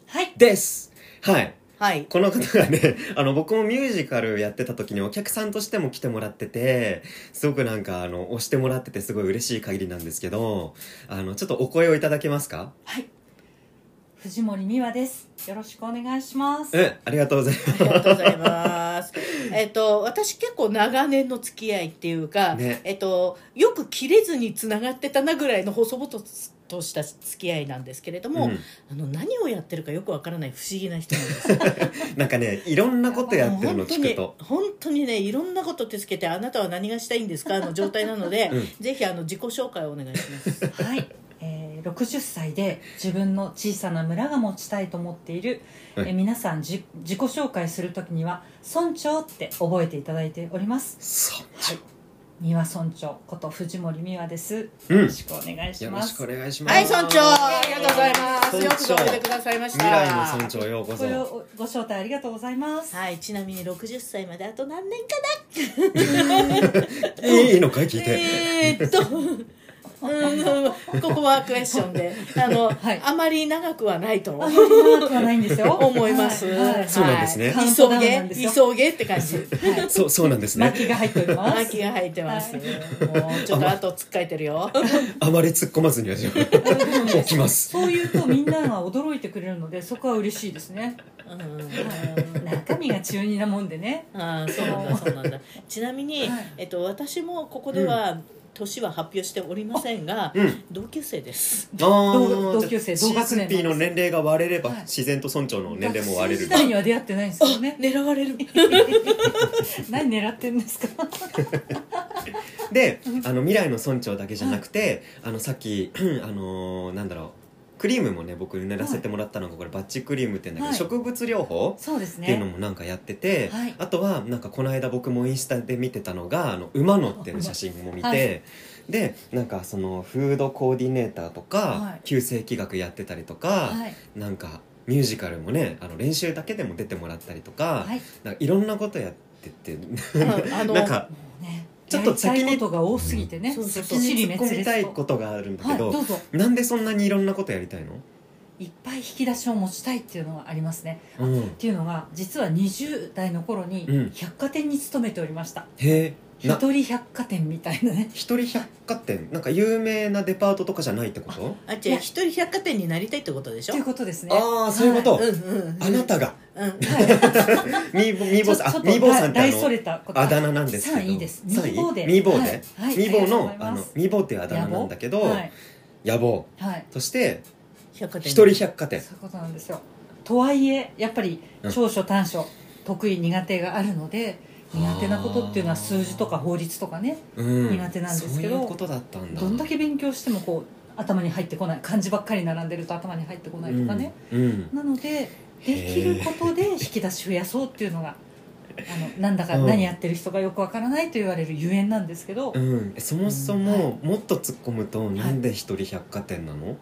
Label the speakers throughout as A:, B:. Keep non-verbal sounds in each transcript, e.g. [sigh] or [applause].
A: はい。
B: です。はい。
A: はい。
B: この方がね、 [laughs] あの、僕もミュージカルやってた時にお客さんとしても来てもらってて、すごくなんか、あの、押してもらっててすごい嬉しい限りなんですけど、あの、ちょっとお声をいただけますか
C: はい。藤森美和です。よろしくお願いし
B: [laughs]
C: ます。
B: うん、ありがとうござい
A: ありがとうございます。えっと、私結構長年の付き合いっていうか、
B: ね
A: えっと、よく切れずに繋がってたなぐらいの細々とした付き合いなんですけれど
B: ます。う
A: も、
B: ん
A: あの何をやってるかよくわからない不思議な人なんです
B: なんかね、いろんなこと [laughs] やってるの
A: 本当
B: 聞く
A: に
B: と。
A: 本当にねいろんなこと手つけてあなたは何がしたいんですかの状態なので、
B: うん
A: ぜひあの自己紹介をお願いします
B: [laughs]
C: はい。えー、60歳で自分の小さな村が持ちたいと思っている、
B: はい
C: えー皆さんじ自己紹介するときには村長って覚えていただいております
B: そう。
C: 三輪村長こと藤森美和ですよ
B: うん
C: ろ。しくお願いし
B: よろ
C: ま
B: し
C: す
B: くお願いします。
A: はい村長ありがとうございますよ
B: 村
A: く
B: 長
A: ぞおいでくださいました
B: 未来の村長ようこ
C: ご
B: そ。
C: よご招待ありがとうございます、
A: はいちなみに60歳まであと何年か
B: いいのかい聞いて。
A: えーっとうんここはクエスチョンであの、
C: はい
A: あまり長くはないと
C: あんまり長くはないんです
A: [laughs]
C: よ
A: 思います、
C: はいはい
B: そうなんですね
A: はい
C: カウントダウンなんです
A: 急げ
C: よ
A: 急げって感じ
C: はい
B: そう、そうなんですね。
C: 巻きが入っております
A: 巻が入ってます、
C: は
A: もうちょっと後つっかえてるよ
B: あまり突っ込まずには
C: [laughs]
B: 起きます。
C: そういうとみんなが驚いてくれるのでそこは嬉しいですね、
A: うん
C: 中身が中二なもんでね
A: ああそうなんだそうなんだちなみに、
C: はい
A: えっと、私もここでは、年は発表しておりませんが、
B: うん
A: 同級生です
B: あー
C: 同同級生
B: じゃあ
C: 同学年なんです
B: CSP の年齢が割れれば
C: はい
B: 自然と村長の年齢も割れる
C: 学生時。代には出会ってないんですよね
A: 狙われる
C: 何狙ってるんですか
B: で、あの未来の村長だけじゃなくて、あのさっき [clears throat] あのーなんだろう。クリームもね僕塗らせてもらったのがこれバッチクリームって言うんだけど、
C: はい
B: 植物療法
C: そうです
B: っていうの
C: ね
B: もなんかやってて、
C: はい
B: あとはなんかこの間僕もインスタで見てたのがあの馬乗ってる写真も見て、
C: はい
B: でなんかそのフードコーディネーターとか、
C: はい
B: 旧世紀学やってたりとか、
C: はい
B: なんかミュージカルもねあの練習だけでも出てもらったりとか,、
C: はい
B: なんかいろんなことやってて
A: うんあの
B: なんか
C: ね
B: ちょっと先に
C: やりたいことが多すぎてね
A: そうそうそう
B: 先に突っ込みたい
C: と
B: ことがあるんだ
C: は
B: け
C: い
B: ど,、
C: どうぞ
B: なんでそんなにいろんなことやりたいの、
C: いっぱい引き出しを持ちたいっていうのはありますね
B: うん、
C: っていうのが実は20代の
B: う
C: 頃
B: ん
C: に百貨店に勤めておりました、
B: へえな
C: 一人百貨店みたいなね
B: 一人百貨店なんか有名なデパートとかじゃないってこと
A: あじゃあ一人百貨店になりたいってことでしょ
C: ということですね
B: ああそういうこと、
A: うんうん
B: あなたが
A: うん
B: ミーボミーボーさん
C: ちょ
B: あ
C: っと
B: ミーボーさんってあ
C: 大それ
B: の
C: たこと
B: あだ名なんですけど
C: 三位です
B: 三位
C: ミーボーで
B: ミーボーで、
C: はいはい
B: ミーボーの
C: ありが
B: あ
C: とうございま
B: の
C: す
B: ミーボーっていうあだ名なんだけど野望,、
C: はいはい
B: そして
A: 百貨店
B: 一人百貨店
C: そういうことなんですよとはいえやっぱり
B: うん
C: 長所短所、得意苦手があるので苦手なことっていうのは数字とか法律とかね
B: うん
C: 苦手なんですけど
B: そういうことだったんだ
C: どんだけ勉強してもこう頭に入ってこない漢字ばっかり並んでると頭に入ってこないとかね、
B: うん、うん
C: なのでできることで引き出し増やそうっていうのがあのなんだか
B: うん
C: 何やってる人がよくわからないと言われるゆえんなんですけど、
B: うんえそもそも、もっと突っ込むとなんで一人百貨店なの、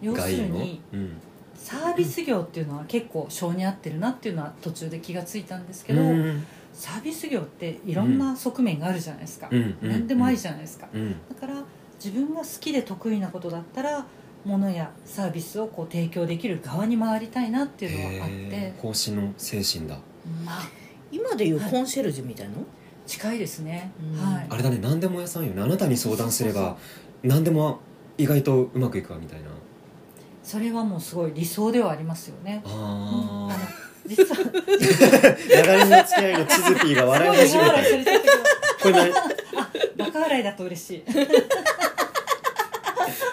C: 要
B: が
C: す
B: い
C: る
B: いの
C: に
B: うん
C: サービス業っていうのは結構性に合ってるなっていうのは途中で気がついたんですけ
B: う
C: ど、
B: ん
C: サービス業っていろんな側面があるじゃないですか、
B: うん
C: 何でもありじゃないですか、
B: うん
C: だから自分が好きで得意なことだったら物やサービスをこう提供できる側に回りたいなっていうのはあって
B: へー奉仕の精神だ
C: まあ
A: 今でいうコンシェルジュみたいなの
C: 近いですね、
A: うん
C: はい
B: あれだね何でも屋さんよねあなたに相談すれば何でも意外とうまくいくわみたいな
C: それはもうすごい理想ではありますよね
B: ああ
C: 実は
B: 長年の付き合いのチズピーが笑い始
C: すごい苦笑いさ
B: め
C: れてるけど
B: たこれ何
C: バカ笑いだと嬉しい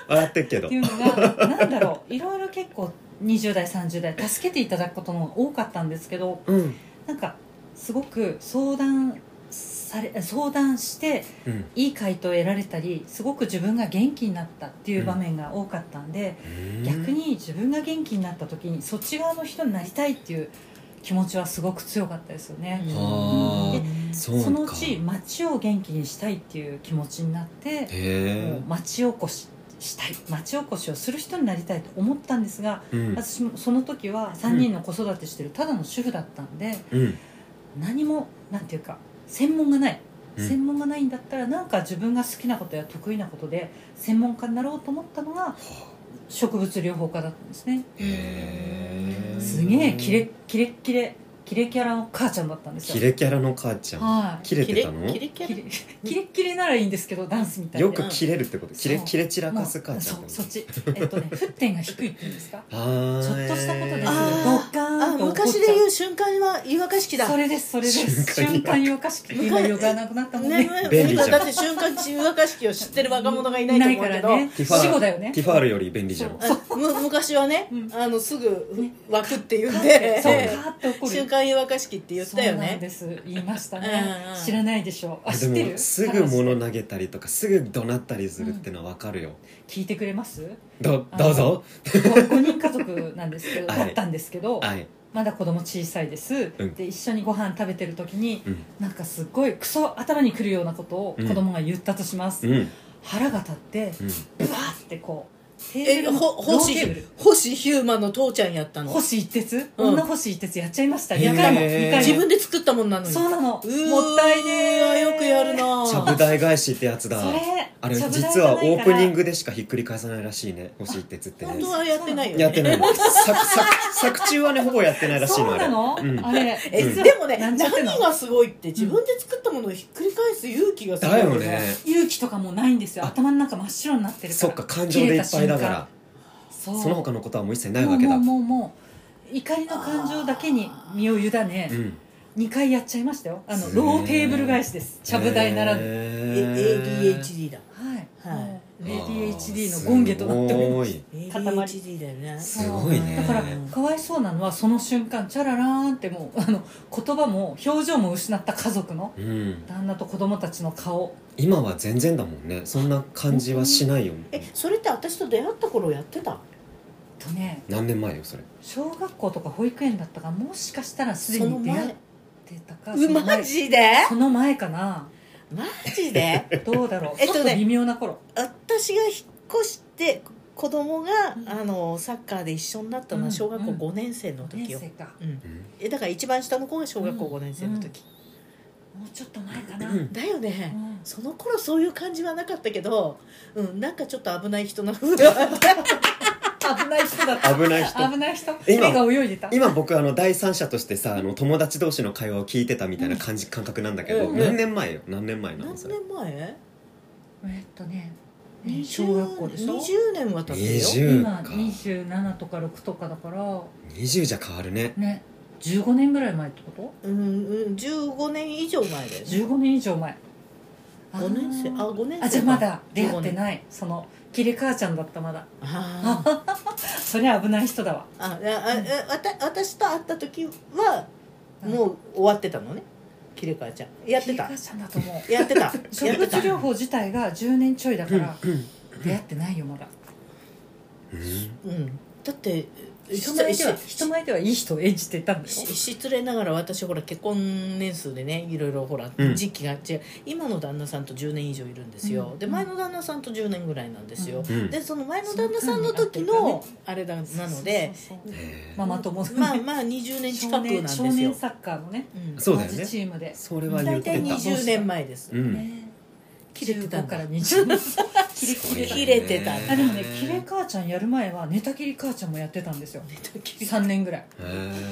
B: 笑ってっけど
C: っていうのがなんだろういろいろ結構20代30代助けていただくことも多かったんですけど
B: うん
C: なんかすごく相談され相談して
B: うん
C: いい回答を得られたりすごく自分が元気になったっていう場面が多かったんで、逆に自分が元気になった時にそっち側の人になりたいっていう気持ちはすごく強かったですよね。
B: はあ
C: で
B: そうか
C: そのうち町を元気にしたいっていう気持ちになってもう
B: へ
C: 町おこししたい町おこしをする人になりたいと思ったんですが
B: えうん
C: 私もその時は3人の子育てしてるただの主婦だったんで、
B: うん
C: 何もなんていうか専門がない、
B: うん
C: 専門がないんだったらなんか自分が好きなことや得意なことで専門家になろうと思ったのが植物療法家だったんですね
B: へえ
C: すげえキレキレキレキレキャラの母ちゃんだったんですよ
B: キレキャラの母ちゃん
C: はい
B: キレてた
A: キレ
B: の
A: キレ
C: キレキレキレならいいんですけどダンスみたいな
B: よくキレるってことキレ
C: そう
B: キレ散ら
C: まあ
B: かす母ちゃんって
C: そ
B: こ
C: そ
B: と
C: っちえっ
B: [laughs]
C: とね沸点が低いっていうんですか
B: は
C: ちょっ
B: ーい
C: としたことですド
A: あー
C: ッカー
A: あ
C: ンと怒っちゃう
A: 昔で言う瞬間は湯沸かし器だ
C: それですそれです
B: 瞬
C: 瞬
B: 間
C: 間よかしく今よがなくなったもんね
A: ね
B: 便利じゃ
A: 今
B: ん
A: だって瞬間湯沸かし器を知ってる若者がいないと
C: ない
A: 思
C: か
A: うけ
C: ら
A: ど、
C: ね
B: ティファー
C: 死後だよね
B: ティファールより便利じゃん
C: そう
A: あむ昔はね、
C: うん
A: あのすぐ沸くって言うん
C: そう
A: で
C: カ
B: そう
C: ーって怒る
A: 瞬間湯沸かし器って言ったよ
C: そうなん
A: ね
C: です言いましたね
A: うんうん
C: 知らないでしょあ知って
B: でも
C: る
B: すぐ物投げたりとかすぐ怒鳴ったりするってのは分かるよ、
C: 聞いてくれます
B: どどうぞ
C: 5人家族なんですけ
B: [laughs]
C: ど
B: はい
C: だったんですけど、
B: はい
C: まだ子供小さいです、
B: うん
C: で一緒にご飯食べてる時に、
B: うん
C: なんかすごいクソ頭にくるようなことを
B: うん
C: 子供が言ったとします、
B: うん
C: 腹が立って
B: うん
C: ブワーってこうテーブ
A: え
C: ル
A: ほ
C: の
A: 星
C: ローテーブル
A: 星ヒューマンの父ちゃんやったの
C: 星一徹、
A: うん
C: 女星一徹やっちゃいました
B: へー
C: 2回も2回も
A: 自分で作ったもんなのに
C: そうなのもっ
A: うー
C: たいねー
A: よくやるな
B: ちゃぶ台返しってやつだ
C: それ
B: あれ
C: ちゃぶ台
B: 実はオ
C: じゃない
B: ー
C: から
B: プニングでしかひっくり返さないらしいね星一徹って
A: 本
B: ね
A: 当はやってないよね
B: やってないの作作作中はねほぼやってないらしい
C: そ
B: の
C: う
B: あ
C: な
B: れ
C: の、
B: うん
C: あれ
A: え
B: うん
C: 実は
A: でもね
C: なん
A: 何
C: ちゃっての
A: がすごいって自分で作ったものをひっくり返す勇気がすごい
B: だよね
C: 勇気とかもないんですよ頭の中真っ白になってるか
B: そ
C: ら
B: っか感情でいっぱいだから
C: そ
B: その他のことはもう一切ない
C: も
B: わ
C: う
B: け
C: も
B: だ
C: うもうもう怒りの感情だけに身を委
B: う
C: ね
B: ん
C: 2回やっちゃいましたよあ
B: へ
C: の
B: ー
C: ローテーブル返しですちゃぶ台ならぬ、
A: え
B: え
A: ADHD だ
C: はい、
A: はい
C: もう ADHD の権下となっております
B: す
A: ADHD だよね
B: すごいね
C: だからかわいそうなのはその瞬間チャララーンってもう [laughs] あの言葉も表情も失った家族の
B: ごいうん
C: 旦那と子供たちの顔
B: 今は全然だもんねそんな感じはしないよ
A: えそれって私と出会った頃やってた
C: とね
B: 何年前よそれ
C: 小学校とか保育園だったがもしかしたらすで
A: その
C: に出会っ
A: 前
C: てたか
A: う
C: その前
A: マジで
C: その前かな
A: マジ
C: [laughs]
A: で
C: どうだろう、
A: えっとね
C: ちょっと微妙な頃
A: 私が引っ越して子供が
C: うん
A: あのサッカーで一緒になったのは小学校5年生の時
C: 年
A: よ
C: 生か
A: うん
B: うん
A: えだから一番下の子が小学校5年生の時
C: もうちょっと前かな、
B: うん
A: だよね
C: うん
A: その頃そういう感じはなかったけど、うん、なんかちょっと危ない
C: [laughs]
A: 人な風だった。
C: 危ない人だった
B: [laughs] 危ない人
C: 危ない人
B: 今
C: 目が泳いでた
B: 今僕あの第三者としてさあの友達同士の会話を聞いてたみたいな感じ感覚なんだけど、
A: うん
B: 何年前よ何年前なの
A: 何
B: それ
A: 年前
C: えっとね
A: 20
C: 小学校でしょ
A: ?20 年は経ってるよ。
B: 20
C: 今
B: か
C: 27とか6とかだから
B: 20じゃ変わるね
C: ね15年ぐらい前ってこと
A: うん、うん、15年以上前だよね。
C: 15年以上前
A: 5年生、あ、
C: あ
A: 5年生。
C: あじゃあま。だ出会って
A: 15
C: ないそのキレ母ちゃんだったまだ
A: あー
C: そりゃ危ない人だわ
A: あ、あ、あ、わた、私と会った時は、
C: う
A: もう終わってたのね。キレカワちゃん。やって
C: キレ
A: た
C: 母。ちゃんだと思う
A: やって
C: [laughs]
A: た。
C: 植
A: やって
C: 物
A: た。
C: 療法自体が10年ちょいだから
B: うんうん
C: 出会ってないよまだ
B: うん
A: うん。だって、
C: 人前では
A: し
C: 人前ではいい人を演じてたんだよ
A: し失礼ながら私ほら結婚年数でねいろいろほら
B: うん
A: 時期が違う、今の旦那さんと10年以上いるんですよ、
C: うん
A: で前の旦那さんと10年ぐらいなんですよ、
B: うん
A: でその前の旦那さんの時
C: その間にな
A: の
C: って
A: あれだなので
C: そうそうそう
B: へ
C: ママ友のね
A: まあまあ20年近くなんです
C: 少年少
A: よ
C: 年、サッカーのね
A: うん
B: ー、そうだよ
C: 同
B: ね
C: じチームで、
B: それは言っ
A: 大
B: て
A: 体
B: た
A: 20年前です、
B: うん
C: ね、
A: 切れてたんだ
C: 15から20年キレ
B: すごいね
C: キレ
A: 切れてたんだ
C: あでもねキレ母ちゃんやる前は寝たきり母ちゃんもやってたんですよ
A: 寝たきり
C: 3年ぐらい、
B: へ
A: 寝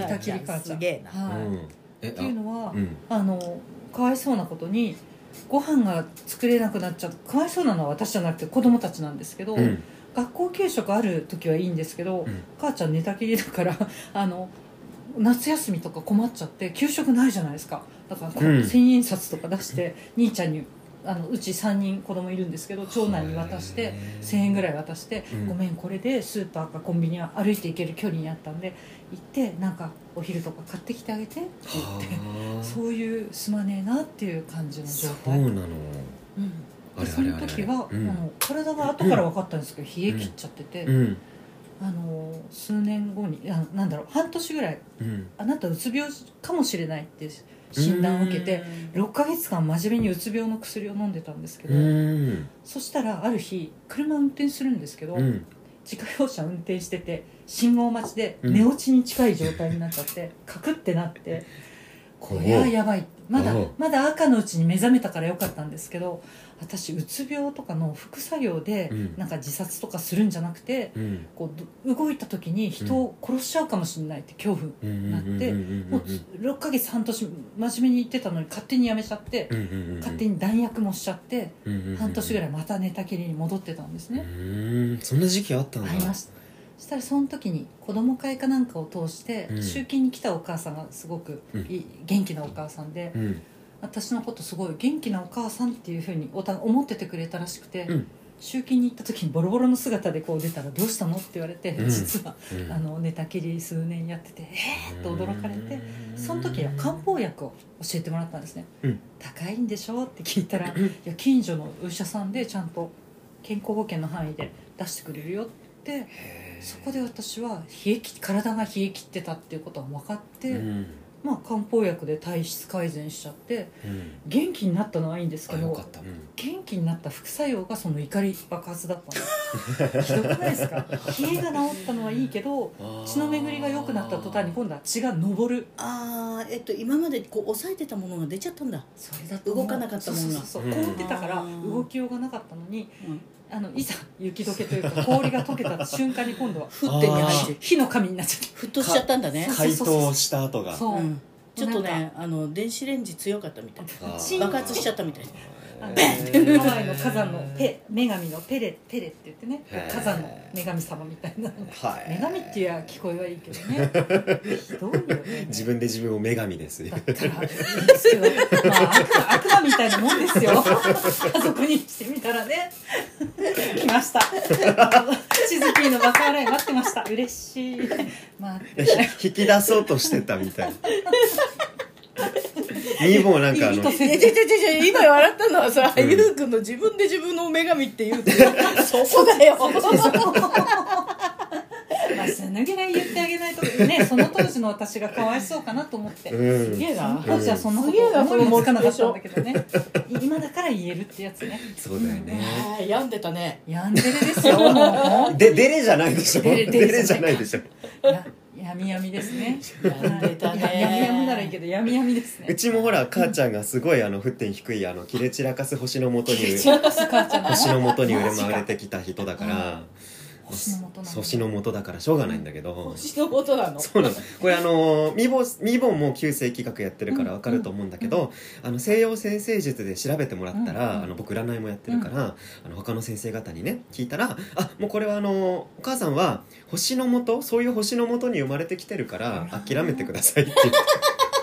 B: ー
A: たきりかすげえな
B: う
C: はい
B: んえ
C: っていう
B: あ
C: のは、
B: うん
C: あのかわいそうなことにご飯が作れなくなっちゃうかわいそうなのは私じゃなくて子供たちなんですけど、
B: うん
C: 学校給食ある時はいいんですけど、
B: うん
C: 母ちゃん寝たきりだから [laughs] あの夏休みとか困っちゃって給食ないじゃないですかだから、こう
B: うん
C: 千円札とか出して兄ちゃんにあのうち3人子供いるんですけど長男に渡して1,000円ぐらい渡して
B: うん
C: 「ごめんこれでスーパーかコンビニは歩いて行ける距離にあったんで行ってなんかお昼とか買ってきてあげて」って言って
B: はあ
C: そういうすまねえなっていう感じの状
B: そう
C: 態
B: なの
C: うん
B: あれあれあれ
C: でその時は、
B: うん
C: あの体が後から分かったんですけど、冷え切っちゃってて、
B: うん
C: あの数年後にあなんだろう半年ぐらい
B: うん
C: あなたうつ病かもしれないって診断を受けて6ヶ月間真面目にうつ病の薬を飲んでたんですけ
B: う
C: ど、
B: ん
C: そしたらある日車運転するんですけど、
B: うん
C: 自家用車運転してて信号待ちで寝落ちに近い状態になっちゃって、
B: [laughs]
C: カクってなってこれはやばいまだ
B: おう
C: まだ赤のうちに目覚めたからよかったんですけど私うつ病とかの副作用で
B: うん
C: なんか自殺とかするんじゃなくて
B: うん
C: こうど動いた時に人を殺しちゃうかもしれないって恐怖。
B: うん
C: なってもう6ヶ月半年真面目に言ってたのに勝手にやめちゃって勝手
B: に
C: に弾薬もしちゃって半年ぐらいまた寝たきりに戻ってたんですね
B: ねそんな時期あったんだ
C: ありましたそしたらその時に子供会かなんかを通して
B: うん
C: 集金に来たお母さんがすごく
B: うん
C: いい元気なお母さんで
B: うん
C: 私のことすごい元気なお母さんっていうふうにおた思っててくれたらしくて
B: うん
C: 集金に行った時にボロボロの姿でこう出たら「どうしたの?」って言われて
B: うん
C: 実は
B: うん
C: あの寝たきり数年やってて「えー!」と驚かれて
B: うん
C: その時は漢方薬を教えてもらったんですね、
B: うん
C: 高いんでしょって聞いたらい
B: うん
C: や近所のお医者さんでちゃんと健康保険の範囲で出してくれるよってそこで私は冷えき体が冷え切ってたっていうことが分かって、
B: うん
C: まあ、漢方薬で体質改善しちゃって
B: うん
C: 元気になったのはいいんですけ
B: あよ
C: ど
B: かったうん
C: 元気になった副作用がその怒り爆発だったのひどくないですか冷えが治ったのはいいけど血の巡りが良くなった途端に今度は血が上る
A: ああえっと今までこう抑えてたものが出ちゃったんだ、
C: それだ
A: と思う動かなかったもんな
C: そうそうそう
B: うん
C: 凍ってたから
A: うん
C: 動きようがなかったのに
A: うん、
C: あのいざ雪解けというか氷が溶けた瞬間に今度は
A: ふってね
B: あー
A: 入って
C: 火の神になっちゃっ
A: 沸騰しちゃったんだね
B: 解凍した後
C: た
B: が
C: そう、
A: うんちょっと
C: なん
A: ねあの電子レンジ強かったみたい
B: あー
C: チン
A: 爆発しちゃったみたい
C: あの
B: へー
C: ハワイの火山のペ女神のペレペレって言ってね
B: へー
C: 火山の女神様みたいな
B: はい
C: 女神っていう聞こえはいいけどねひどいよね
B: 自分で自分を女神です
C: だったらいいんですけど、まあ、悪魔悪魔みたいなもんですよ家族にしてみたらね来ましたしずきのバカ笑い待ってました嬉しいまあ
B: ひ [laughs] 引き出そうとしてたみた
C: [laughs]
B: いにもなんかあの
C: いい人
A: な。え、ちょちょちょ、今笑ったのはさ、
B: うん
A: ゆうくんの自分で自分の女神って言うって、 [laughs] そこだよ。
C: まあ、そのぐらい言ってあげないとねその当時の私がかわいそうかなと思って、
B: うん
A: すげえ
C: その
A: な。
C: 当時はそんなこと
A: すげえな
C: 思いもつかなかったんだけどね今だから言えるってやつね
B: そうだよね
A: あー病んでた [laughs] ね。
C: やんでるですよもう
B: でデレじゃないでしょ
C: デレ
B: デレじゃないでしょ
C: ややみやみですね
A: 病んでたね
C: ややみやみならいいけどやみやみですね
B: うちもほら母ちゃんがすごいあの沸点低いあの切れ散らかす星のもとに [laughs]
C: 散らかす母ちゃんの
B: 星のもとに生まれてきた人だから
C: 星の元なの
B: 星のもとだからしょうがないんだけど
A: 星のことなの。
B: そうなのこれあのミボミボンも旧世紀学やってるからわかると思うんだけど、あの西洋先生術で調べてもらったら、
C: うん
B: あの僕占いもやってるから、あの他の先生方にね聞いたらあもうこれはあのお母さんは星のもとそういう星のもとに生まれてきてるから諦めてくださいって言って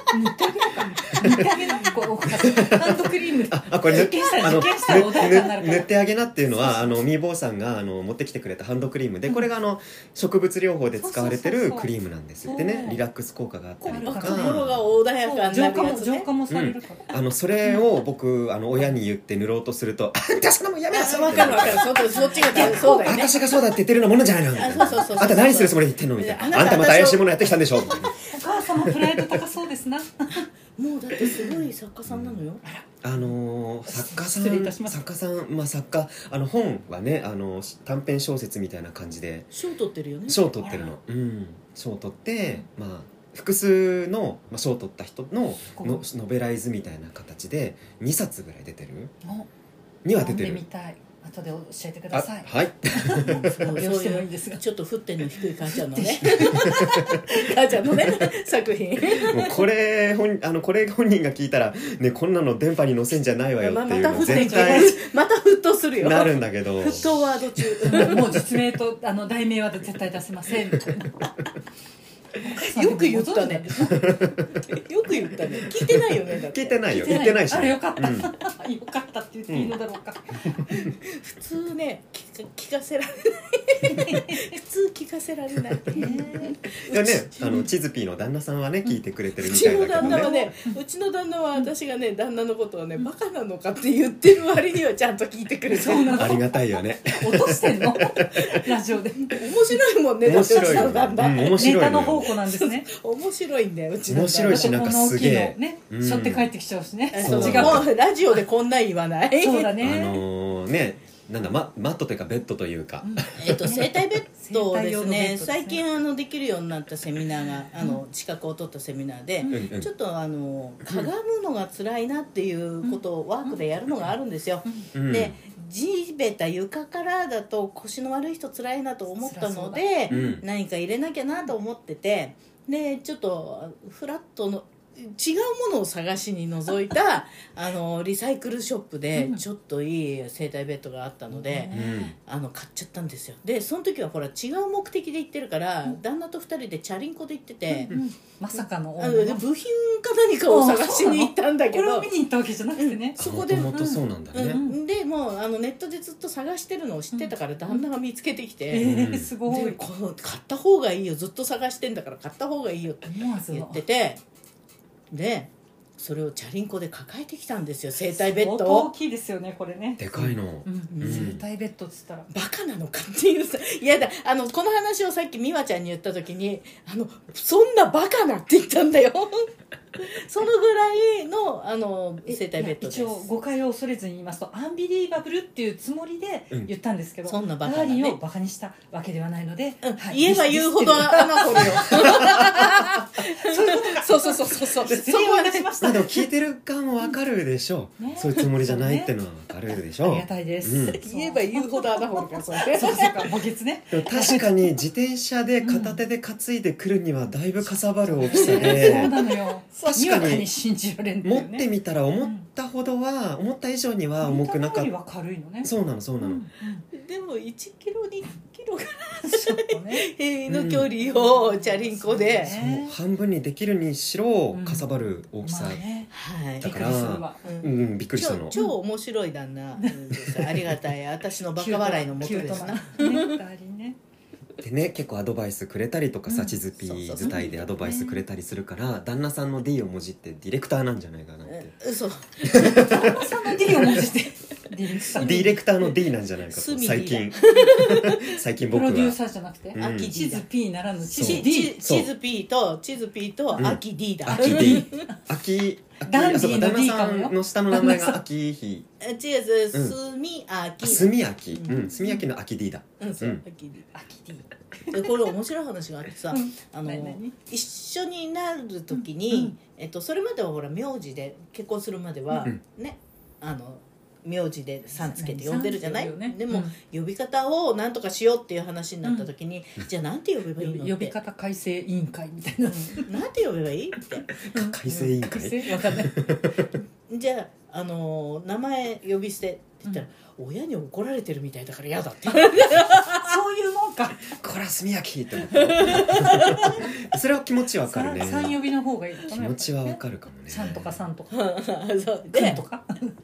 C: 塗ってあげなか塗ってあげなこうお母さんハンドクリーム
B: ああこれ
C: 実験した
B: あ
C: ら
B: の
C: 実験したらおだいちゃんにな
B: ぬぬ
C: るか
B: 塗
C: ら
B: ってあげなっていうのはあのみーぼうさんがあの持ってきてくれたハンドクリームでこれがあの植物療法で使われて
C: そうそ
B: る
C: うそうそう
B: クリームなんですってね
C: そう
B: リラックス効果があったりと
C: あ
B: か
C: るから
A: 心が穏やかにな
C: 浄
A: る
C: 化
A: や
C: も
A: つ
C: 浄
A: ね。
C: 化もされるから
B: あのそれを僕あの親に言って塗ろうとすると「あんたそんなもんやめなさい」
A: わかるわか [laughs] る。そのそっちが多分そうだよね。
B: 私がそうだって言ってるようなものじゃないの」みたいな
A: あそうそうそうそう
B: あんた何するつもりで言ってんの」みたいな
A: あ
B: 「あ
A: なた
B: んたまた怪しいものやってきたんでしょ」みたいな
C: お母さんもプライド高そうですな
A: もうだってすごい作家さんなのよ。
B: あのー作家さん
C: 失礼いたします
B: 作家さんまあ作家あの本はねあの短編小説みたいな感じで
A: 賞取ってるよね。
B: 賞を取ってるのうん賞を取ってまあ複数のまあ賞を取った人の
C: ごい
B: のノベライズみたいな形で2冊ぐらい出てる
C: お
B: には
C: 飲
B: 出
C: ん
B: て
C: で
B: る
C: みたい後で教えてくだ
B: あ
C: さい
B: はい [laughs]
A: そう
C: どうしてもいいですが
A: ちょっと沸点の低い母ちゃんの [laughs] ね母ちゃんのね作品
B: もうこれ本あのこれ本人が聞いたら、ね、こんなの電波に載せんじゃないわよ
A: ま
B: って
A: ま
B: いう
A: た
B: の
A: 沸点
B: 絶
A: に
B: 対
A: また沸騰するよ
B: なるんだけど
A: 沸 [laughs] 騰ワード
B: [laughs]
A: 中
C: もう実名とあの題名は絶対出せませんみたいな
A: よく言ったね。 [laughs] よく言ったね。聞いてないよね。だっ
B: 聞いてないよ
C: 聞いてない
B: 言ってないし
C: あ [laughs] れよかった
B: うん
C: よかったって言っていいのだろうか。
A: 普通ね、聞か聞かせられ [laughs] ない。普通聞かせられない。
B: いやね、あのチズピーの旦那さんはね聞いてくれてる
A: う
B: み
A: ち
B: たい
A: の
B: だけ
A: 旦那
B: ど
A: は
B: ね
A: ね、うちの旦那は私がね、旦那のことをね、バカなのかって言ってる割にはちゃんと聞いてくれて
C: そう
A: る。
C: なの
B: ありがたいよね
C: 落としてんの [laughs] ラジオで。
A: 面白いもんね、だ
B: 面
A: ってう
B: 白
A: ち
B: いよ
A: の
B: ね
A: 旦那。
B: うん面白い
C: ネ
B: よ
C: タの宝庫なんですね。
A: 面白いんだよ、うちの
B: 面
A: 旦
B: 白
A: 那
B: い。しなんかすげえ
C: こんな大きいの
B: うん
C: ね、しょって帰ってきちゃうしね。
A: そう
B: 違う
A: もうラジオでこんなん言わない。
C: そうだ
B: あ
C: ね。
B: のーねなんだママットというかベッドというか
A: えっ
C: [laughs]
A: と生体ベッドをです
C: 生体用のベッド
A: ね
C: ですね
A: 最近あのできるようになったセミナーがあの資格を取ったセミナーで
B: う、んうん
A: ちょっとあのかがむのが辛いなっていうことをワークでやるのがあるんですよ。
B: うん
A: で地べた床からだと腰の悪い人辛いなと思ったので、
B: うん
A: 何か入れなきゃなと思っててでちょっとフラットの違うものを探しに覗い
C: [laughs]
A: たあのリサイクルショップでちょっといい生体ベッドがあったので。
B: うん
A: あの買っちゃったんですよでその時はほら違う目的で行ってるから、旦那と二人でチャリンコで行ってて、
C: うんまさかの
A: あ
C: 女
A: の
C: の
A: 部品か何かを探しに行ったんだけ
C: これ
A: ど
C: を見に行ったわけじゃなくてね。
A: そこで
B: もともとそうなんだ
A: う
B: ね
A: ん、でもうあのネットでずっと探してるのを知ってたから旦那が見つけてき
C: え
A: て、
B: うん
C: ーすご
A: で
C: い。
A: この買った方がいいよずっと探してんだから買った方がいいよって
C: 思わず
A: 言っ
C: の
A: て。てでそれをチャリンコで抱えてきたんですよ生体ベッ
C: 相
A: ド
C: 当大
A: を。
C: きいですよね、これね。
B: でかいの
C: うん
B: うん
C: 生体ベッドって言ったら。
A: バカなのかっていうさいやだあのこの話をさっき美和ちゃんに言った時にあのそんなバカなって言ったんだよ [laughs] そのぐらいのあの生体ベッドで
C: いや一応
A: す
C: 誤解を恐れずに言いますとアンビリーバブルっていうつもりで
B: うん
C: 言ったんですけど、
A: そんなバカな
C: ダ
A: ね
C: ーリンをバカにしたわけではないので、
A: うん
C: はい
A: 言えば言うほど
C: ディス
A: 穴掘るよ
C: [laughs] そういうことか
A: そうそうそうそうそう
C: 失礼をいたしまし
B: ま
C: た
B: あでも聞いてる感もわかるでしょう、
C: ね
B: そういうつもりじゃないってのはわかるでしょう
C: ありがたいです、
B: うん
C: そう
A: 言えば言うほど穴掘るからそれ
C: そうそうか墓穴ね
B: でも確
C: [laughs]
B: かに自転車で片手で担いでくるにはだいぶかさばる大きさ
C: [laughs] そう
B: で
C: なのよ
B: 確かに
C: にわかに信じられんだ
B: 持
C: よ
B: って
C: ね
B: みたら思ったほどは思った以上には重くなかっ
C: 見た目よりは軽いのね
B: たそうなのそうなの、
C: ん
A: [laughs] でも1キロ2キロぐら
C: うんちょっとね
A: いの距離をチャリンコで、
C: そう
B: そ
C: ね
B: う半分にできるにしろ
C: うん
B: かさばる大きさ、
C: まあね
A: はい
B: だ
C: びっ
B: か
C: く
B: ら
C: りするわ
A: うん
B: うん、びっくりしたの
A: 超超面白い旦
B: [laughs]
A: 那ですありがたい私のバカ笑いのもと
C: キュー
A: で
C: ト
A: す
C: な
A: な
C: ねダーリンね
B: でね結構アドバイスくれたりとかさ、
C: うん
B: 地図ピ
A: そうそ
B: ー
A: うそう
B: 伝いでアドバイスくれたりするから旦那さんの D をもじってディレクターなんじゃないかなって
A: え嘘
C: 旦那さんの D を文字てディレクター
B: ディレクターの D なんじゃないか
A: ス
B: と
A: ミ
B: 最
C: [laughs]
B: 近最近
C: プ
B: 僕
C: ロ
B: は
C: デューサーじゃなくて、
B: うん
A: 秋
C: 地
A: D だ
C: 図 P ならぬ地
B: そう
C: 図
A: ち
C: D
A: ち
B: そう
A: 地図 P と地図 P と
B: うん
A: 秋 D だ、
B: 秋 D
C: [laughs]
B: 秋
C: ダン
B: 秋
C: デ
B: あそ
C: ィーの
B: うか旦那
C: D か
B: さ
C: もよ
B: んの下の名前が秋日
A: え違う違う
B: うん
A: すみあき
B: あ炭秋
A: う
B: うんん炭焼きの秋 D だ
A: うんそう
B: うん
A: 秋 D
C: 秋 D
A: でこれ面白い話があってさ
C: うん
A: あの
C: 何々
A: 一緒になる時
C: うんう
A: に
C: ん、
A: えっと、それまではほら名字で結婚するまでは、
B: うん
A: ねあの名字で「さん」つけて呼んでるじゃない、
C: さんって呼ぶよね
A: でも、呼び方を何とかしようっていう話になった時に、じゃあなんて呼べばいい
C: うん
A: の
C: 呼
A: っ
C: び
A: て
C: 方改正委員会みたいな [laughs]
A: なんて呼べばいいって
B: 改正委員
C: 改
B: 会
C: 正わか
B: [laughs]
C: んない
A: じゃあ、あの名前呼び捨てって言ったら、親に怒られてるみたいだから嫌だって
C: そういうもんか
B: こら炭焼きって思った
C: [laughs]
B: それは気持ちわかるね
C: 三三呼びの方がいい
B: 気持ちはわか
C: る
B: るかもね
C: さんとかさんとか
A: [laughs] そう
C: くん
A: で
C: とか
B: うん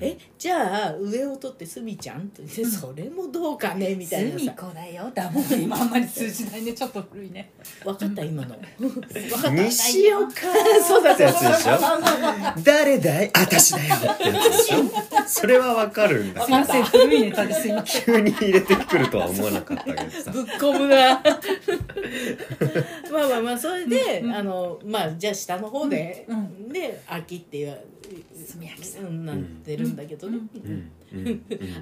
A: えじゃあ上を取って「すみちゃん」って言って、それもどうかねみたいな
C: すみ
A: さ
C: こだよだもん今あんまり通じないねちょっと古いね
A: 分かった今の分かった
B: 西岡
A: [laughs] そうだ
B: ってやつでしょ
A: そうだ
B: 誰だい私だよってやつでしょそれはわかるんだ
C: すい
B: け
C: ま
B: ど
C: せん古いネタですいません
B: 急に入れてくるとは思わなかったけどさ
A: ぶっ込む [laughs] なまあまあまあそれで、あのまあじゃあ下の方で、
C: うんう
A: で「秋」っていう
C: すみやきさん
A: うんなってるんだけどね、
B: うんうんうん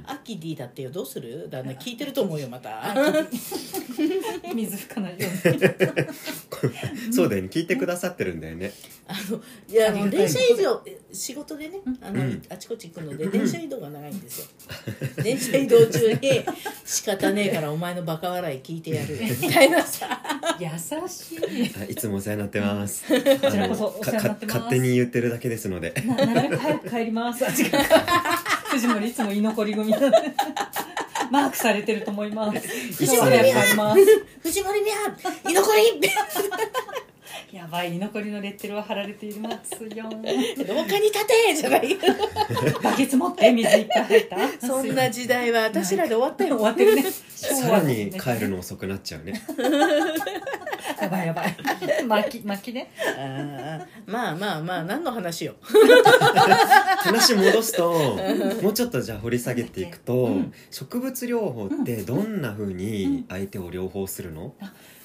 A: 秋 D だってよどうする旦那聞いてると思うよまた
C: 水吹かないよ
B: そうだよね聞いてくださってるんだよね
A: いやあ
C: あ
A: の
C: りが
A: 電
C: たい
A: 車移動仕事でねあの、
B: うん
A: あちこち行くので電車移動が長いんですよ電車移動中に仕方ねえからお前のバカ笑い聞いて [laughs] やるよみたいなさ
C: うに優しい
B: あいつもお世話になってます
C: ちらこそ
B: あの
C: お世話になってます
B: かか勝手に言ってるだけですので
C: な
B: [laughs]
C: なるべく早く帰りますあ違う藤森いつも居残り組なんでマークされてると思います
A: 一緒に
C: 今日はやっぱります
A: 藤森美波居残り
C: やばい居残りのレッテルは貼られていますよ
A: 廊下に立てじゃない
C: バケツ持って水いっぱい入った
A: そんな時代は私らで終わった
C: 終
A: よ
C: わってるね
B: さらに帰るの遅くなっちゃうね
C: やばいやばい巻き巻きね
A: あーまあまあまあ何の話よ
B: 話戻すともうちょっとじゃあ掘り下げていくと、
C: うん
B: 植物療法ってどんな風に相手を療法するの、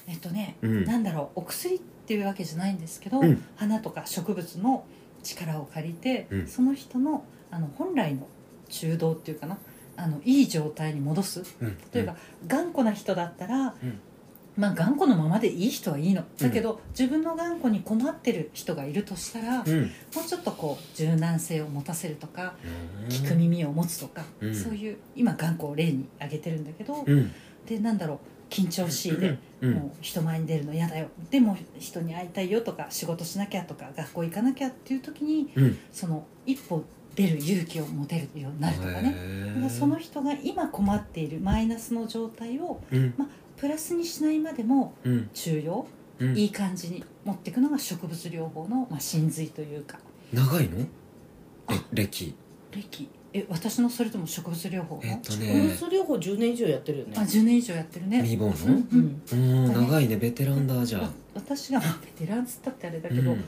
C: えっとね、
B: うん
C: なんだろうお薬っていうわけじゃないんですけど、
B: うん
C: 花とか植物の力を借りて、
B: うん
C: その人のあの本来の中道っていうかなあのいい状態に戻す
B: うん、
C: 例えば、頑固な人だったら、
B: うん
C: まあ、頑固のままでいい人はいいのだけど、自分の頑固に困ってる人がいるとしたら、
B: うん、うん
C: もうちょっとこう柔軟性を持たせるとか聞く耳を持つとか、
B: うん
C: そういう今頑固を例に挙げてるんだけど、
B: うん
C: でなんだろう緊張しいで、
B: うんうん
C: もう人前に出るの嫌だよでも人に会いたいよとか仕事しなきゃとか学校行かなきゃっていう時に
B: うん
C: その一歩出る勇気を持てるようになるとかねだか
B: ね
C: らその人が今困っているマイナスの状態を
B: うん
C: プラスにしないまでも
B: うん
C: 中庸
B: うん
C: いい感じに持っていくのが植物療法の、まあ、真髄というか
B: 長いのえ
C: あ
B: 歴
C: 歴え私のそれとも植物療法の、
B: えっと
A: コ
B: ね
A: ース療法10年以上やってるよ
C: あ
A: ね
C: 10年以上やってるね
B: 未亡
C: うん
B: の
C: うん
B: うん長いねベテランだじゃ
C: わ
B: あ
C: 私がまあベテランっつったってあれだ
B: う
C: けど、
B: ん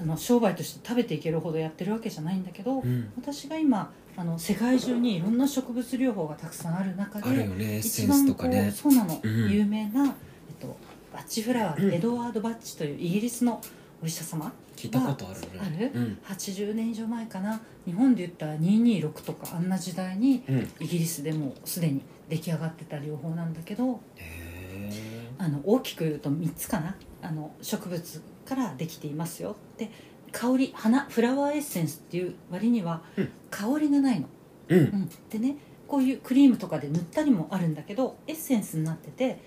C: あの商売として食べていけるほどやってるわけじゃないんだけど、
B: うん
C: 私が今あの世界中にいろんな植物療法がたくさんある中
B: あるよ
C: で
B: ねエッセ
C: 一
B: ンス
C: 番
B: と
C: こ
B: か
C: う、
B: ね
C: そうなの、
B: うん
C: 有名な、えっと、バッチフラワー、
B: うん
C: エドワード・バッチというイギリスのお医者様
B: 聞いたことあるね
C: あ80年以上前かな日本で言ったら226とかあんな時代に
B: うんうん
C: イギリスでもうすでに出来上がってた療法なんだけど
B: へー
C: あの大きく言うと3つかなあの植物からできていますよで香り花フラワーエッセンスっていう割には
B: うん
C: 香りがないの、
B: うん
C: うんでねこういうクリームとかで塗ったりもあるんだけどエッセンスになってて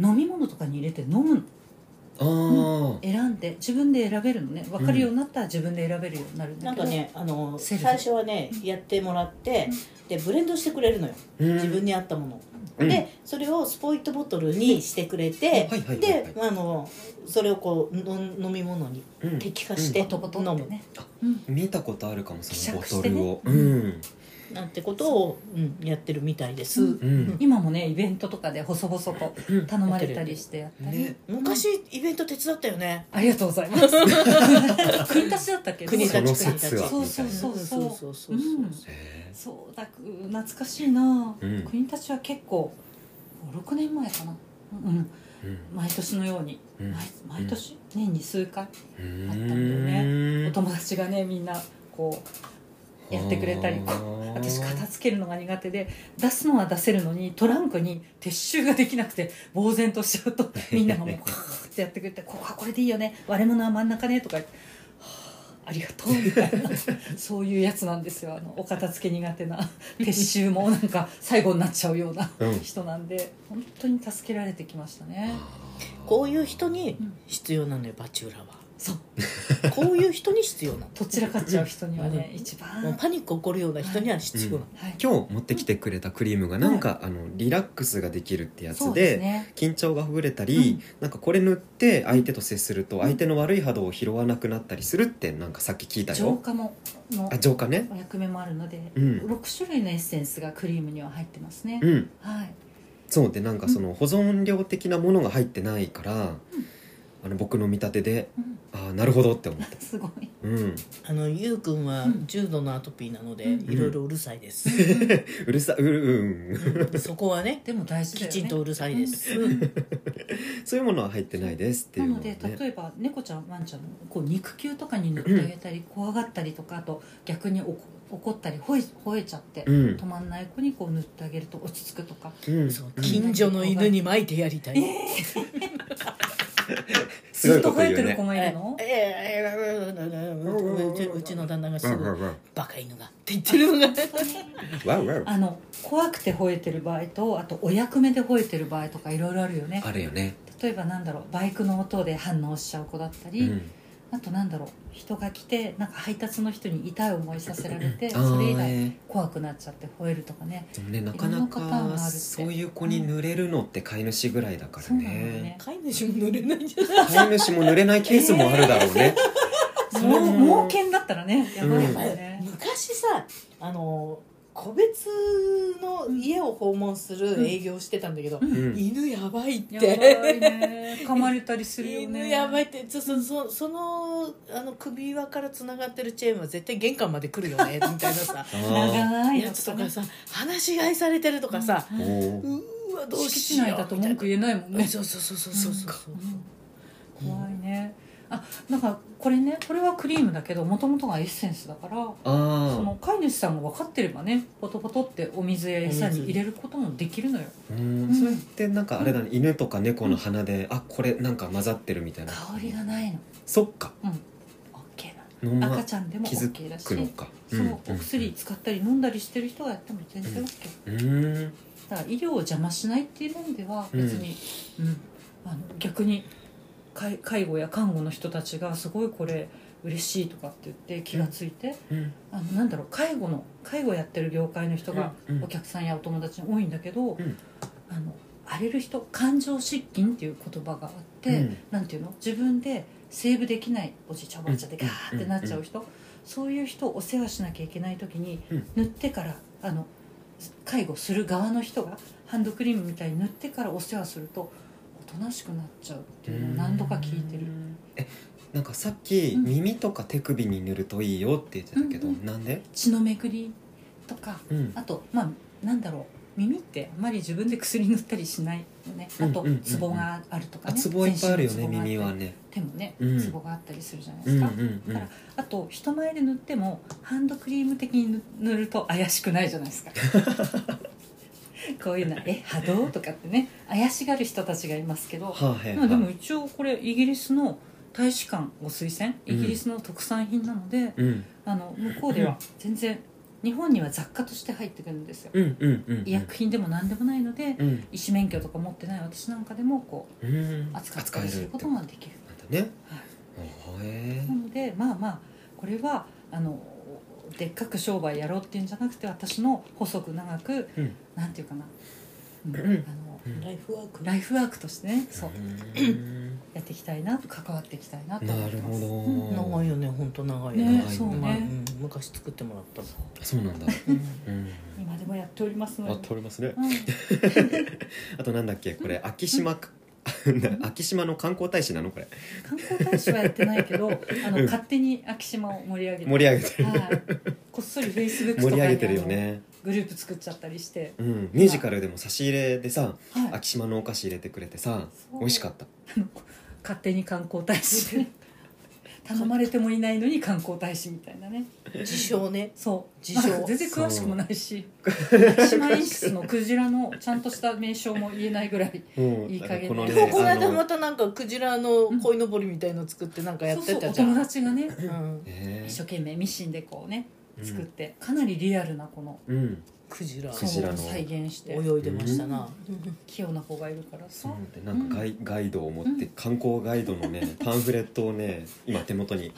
C: 飲み物とかに入れて飲むの
B: あー
C: 選んで自分で選べるのね分かるようになったら自分で選べるようになるんだ
A: なん
C: けど、
A: かねあの
C: セ
A: 最
C: ルフ
A: 初はねやってもらってでブレンドしてくれるのよ
B: うん
A: 自分に合ったもの
B: う
A: を
B: ん
A: でそれをスポイトボトルにしてくれて
B: はいはいはいは
A: で
B: い
A: あのそれをこうの飲み物に
B: うん
A: 適化して
C: ボ
A: 飲
C: トボトって
A: む
C: ね
B: あ、
C: うん、
B: 見たことあるかも
C: 希
B: そのボ
C: 釈
B: ト
C: して
B: ル
C: ね
B: をうん
A: なんてことをうんやってるみたいです
C: うん
B: うん
C: 今もねイベントとかで細々と
B: うん
C: 頼まれたりしてやったり、
B: ね
A: 昔イベント手伝ったよね
C: ありがとうございます。国立だったっけ
A: 国立
B: その
A: 国立
B: 説は
C: そうそう
B: みたいな
C: そうそう
A: そうそうそううそうん
B: へ
C: そうだく懐かしいな、
B: うん
C: 国立は結構6年前かな、うん、
B: ーうん
C: 毎年のように、
B: うん
C: 毎毎年年に数回、
B: うん
C: あったんだよねお友達がねみんなこうやってくれたり
B: あー
C: 私片付けるのが苦手で出すのは出せるのにトランクに撤収ができなくて呆然としちゃ
B: [laughs]
C: うとみんながもうカーってやってくれて「ここはこれでいいよね割れ物は真ん中ね」とか言ってはあ「ありがとう」みたいな
B: [laughs]
C: そういうやつなんですよあのお片付け苦手な撤収もなんか最後になっちゃうような
B: うん
C: 人なんで本当に助けられてきましたね。
A: こういう人に必要なのよバチューラは
C: そう
A: こういう人に必要なの
C: どちらかっちゃう人にはね
A: うん
C: 一
A: もう
C: 番、
A: パニック起こるような人には必要なの
C: はい、
B: 今日持ってきてくれたクリームがなんか、あのリラックスができるってや
C: そ
B: つ
C: うで
B: です
C: ね
B: 緊張がほぐれたり、なんかこれ塗って相手と接すると相手の悪い波動を拾わなくなったりするってなんかさっき聞いた
C: 浄
B: よ
C: 化もの
B: あ浄化ね
C: お役目もあるので、
B: うん
C: 六6種類のエッセンスがクリームには入ってますね、
B: うん
C: はい
B: そうでなんかその保存量的なものが入ってないから、
C: うん
B: あの僕の見立てで
C: うん、 [laughs]
B: ああなるほどって思った
C: すごい
B: うん
A: あのゆうくんは
C: うん
A: 重度のアトピーなので、
C: うん
A: いろいろうるさいです、
B: うるさうるうん
A: うんそこはね
C: でも大事だ
A: きち
C: よね
A: んとうるさいです、
B: [laughs] そういうものは入ってないですってい
C: な
B: うの
C: の
B: は
C: で
B: ね
C: 例えば猫ちゃんワンちゃんもこう肉球とかに塗ってあげたり、怖がったりとかあと逆におこ怒ったり吠え吠えちゃって、
B: うん
C: 止まんない子にこう塗ってあげると落ち着くとか
B: うん
A: そう近所の犬に巻いてやりたい、
B: すご
C: ず
B: い
C: っ
B: ことと言う
C: 吠えてる
B: ね
C: 子がいるの
A: ええうちうちの旦那がす
B: わ
A: ぐ
B: わわ
A: 「バカ犬が」って言ってるのが
B: わわわ
C: [laughs] あの怖くて吠えてる場合とあとお役目で吠えてる場合とかいろいろあるよね
B: あるよね
C: 例えばなんだろうバイクの音で反応しちゃう子だったり、
B: うん
C: あとなんだろう人が来てなんか配達の人に痛い思いさせられ
B: あ
C: て
B: ー
C: それ以来
B: え
C: 怖くなっちゃって吠えるとかね
B: ーでもねなかない
C: ろんなパターンがあ
B: か
C: るって
B: そういう子に濡れるのって飼い主ぐらいだから
C: そうなんだよ
B: ね
C: ね
A: 飼い主も乗れないんじゃない
B: 飼い主も濡れないケースもあるだろう
C: [laughs]
B: ね、それ
C: も
B: も
C: う猛犬だったらねやばいですよね、
A: 昔さあの個別の家を訪問する営業してたんだけど、
B: う
C: うん
B: ん、
A: 犬やばいっ
C: や
A: て
C: ばいね噛まれたりするよね
A: 犬やばいってそそそそのあの首輪からつながってるチェーンは絶対玄関まで来るよねみたいなさ
B: あ
C: 長い
A: やつとかさ話し飼いされてるとかさ、
B: ーお
A: う
B: ー
A: ーわどう
C: 敷
A: し
C: 地
A: よう
C: 内だと文句言えないもんね
A: そうそうそうそうそうそうそう
C: うん怖いねあなんかこれねこれはクリームだけどもともとがエッセンスだからそ
B: あ
C: の飼い主さんが分かってればねポトポトってお水や餌に入れることもできるのよ
B: ーうんそれってなんかあれだね犬とか猫の鼻であこれなんか混ざってるみたいな
C: 香りがないの
B: そっか
C: OK な
B: 飲
C: の
B: ま
C: 赤ちゃんでも
B: 気づ
C: OK だし
B: くのか
C: そうお薬
B: 薬
C: 使ったり飲んだりしてる人がやっても全然 OK
B: うんうん
C: だから医療を邪魔しないっていう面では別に、うんあの逆に介介護や看護の人たちがすごいこれ嬉しいとかって言って気がついて、
B: うん
C: あのなんだろう介護の介護やってる業界の人が
B: うんうん
C: お客さんやお友達に多いんだけど、
B: ん
C: あの荒れる人感情失禁っていう言葉があって、
B: うん
C: なんていうの自分でセーブできないおじいちゃんおばあちゃんでガーってなっちゃう人、そういう人をお世話しなきゃいけない時に、
B: うん
C: 塗ってからあの介護する側の人がハンドクリームみたいに塗ってからお世話するとおとなしくなっちゃうっていうのを何度か聞いてる
B: えなんかさっき
C: うん
B: 耳とか手首に塗るといいよって言ってたけど、
C: うんう
B: なんで、
C: 血の巡りとか
B: うん、
C: あとまあなんだろう耳ってあんまり自分で薬塗ったりしないよねあと
B: うんうんうんうん
C: ツボがあるとか
B: あ
C: ね
B: ツボいっぱいあるよね
C: 全身のツボがあったり
B: 耳はね
C: 手もね
B: うん
C: ツボがあったりするじゃないで
B: うん
C: す
B: うん
C: か、
B: う
C: だ
B: ん
C: からあと人前で塗ってもハンドクリーム的に塗ると怪しくないじゃな
B: [laughs]
C: いですかこういうのは「え波動?」とかってね怪しがる人たちがいますけど、
B: はあ、はあ
C: まあ、でも
B: はあ
C: 一応これイギリスの大使館ご推薦イギリスの特産品なので、
B: うん
C: あの向こうでは全然日本には雑貨として入ってくるんですよ
B: うんうんうんうん
C: 医薬品でも何でもないので
B: うん
C: 医師免許とか持ってない私なんかでもこう
B: うん
C: 扱ったりすること
B: なんだ
C: ができる
B: ね
C: はい
B: おーへ
C: なのでまあまあこれはあのでっかく商売やろうっていうんじゃなくて私の細く長く、
B: うん
C: なんていうかな、うん
B: うん
C: あの
B: えうん
A: ライフワーク
C: ライフワークとしてねそう
B: うん
C: やっていきたいな関わっていきたいなと思
B: な
C: って
B: る
C: ま
B: ほ
C: す
B: ど、
C: うん
A: 長いよね本当長いよ
B: ね
A: ね
B: そうね
A: 前うん昔作ってもらったもん
B: そうなんだ、
A: うん
B: うん、
C: 今でもやっておりますの
B: あ
C: で、
B: 取れますね
C: うん、
B: あとなんだっけこれ昭島か [laughs] 昭島の観光大使なのこれ
C: 観光大使はやってな
B: [laughs]
C: いけどあの、
B: うん
C: 勝手に昭島を盛り上げて
B: 盛り上げてる
C: はい、こっそりフェイスブック
B: 盛
C: とか
B: り
C: に
B: 上げてるよね
C: あのグループ作っちゃったりして、
B: うん、ミュージカルでも差し入れでさ
C: はい、
B: 昭島のお菓子入れてくれてさ
C: そう
B: 美味しかった
C: 勝手に観光大使で頼まれてもいないのに観光大使みたいなね
A: 自称ね
C: そう
A: 自称
C: まあ全然詳しくもないし島演出のクジラのちゃんとした名称も言えないぐらい
B: うん
C: いい加減ね
B: この
A: でも
B: ね
A: この
B: あ
A: 間ま
B: の
A: たなんかクジラの鯉のぼりみたいの作ってなんかやって
C: そうそう
A: た
C: お
A: じゃん
C: 友達がね
A: うん
B: ね
C: 一生懸命ミシンでこうね
B: うん
C: 作って、かなりリアルなこの
B: うん
A: クジラ
B: クジラの
C: を再現して
A: 泳いでましたな
C: 器用な子がいるから
B: そ
C: さ、
B: うでなんかガイガイドを持って観光ガイドの
A: [laughs]
B: ねパンフレットをね今手元に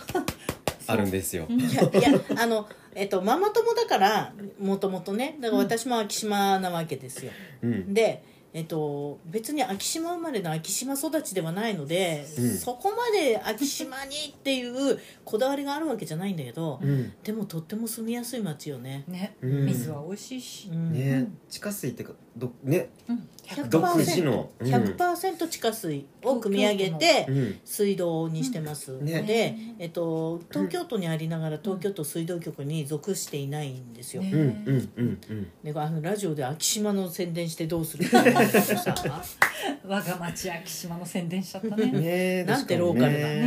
B: あるんですよ
C: うん
A: いやいやあのえっとママ友だからもともとねだから私も昭島なわけですよ
B: うん
A: でえっと、別に昭島生まれの昭島育ちではないので、
B: うん
A: そこまで昭島にっていうこだわりがあるわけじゃないんだけど、
B: うん
A: でもとっても住みやすい街よね、
C: ね、
B: うん
C: 水は美味しいし
A: う、ん
C: う
B: ね
C: ん
B: 地下水ってかどね
C: うん
A: 100%
B: 独自のうん
A: 100%地下水を組み上げて
B: うん
A: 水道にしてます、
B: んね
A: で、えっと、東京都にありながら東京都水道局に属していないんですよ、
B: うん
C: ね
B: うんうんうん
A: ねあのラジオで昭島の宣伝してどうする
B: [laughs]
A: って思うんだけどさ
C: 我が町昭島の宣伝しちゃったね
B: ねえ
A: なんてローカルだね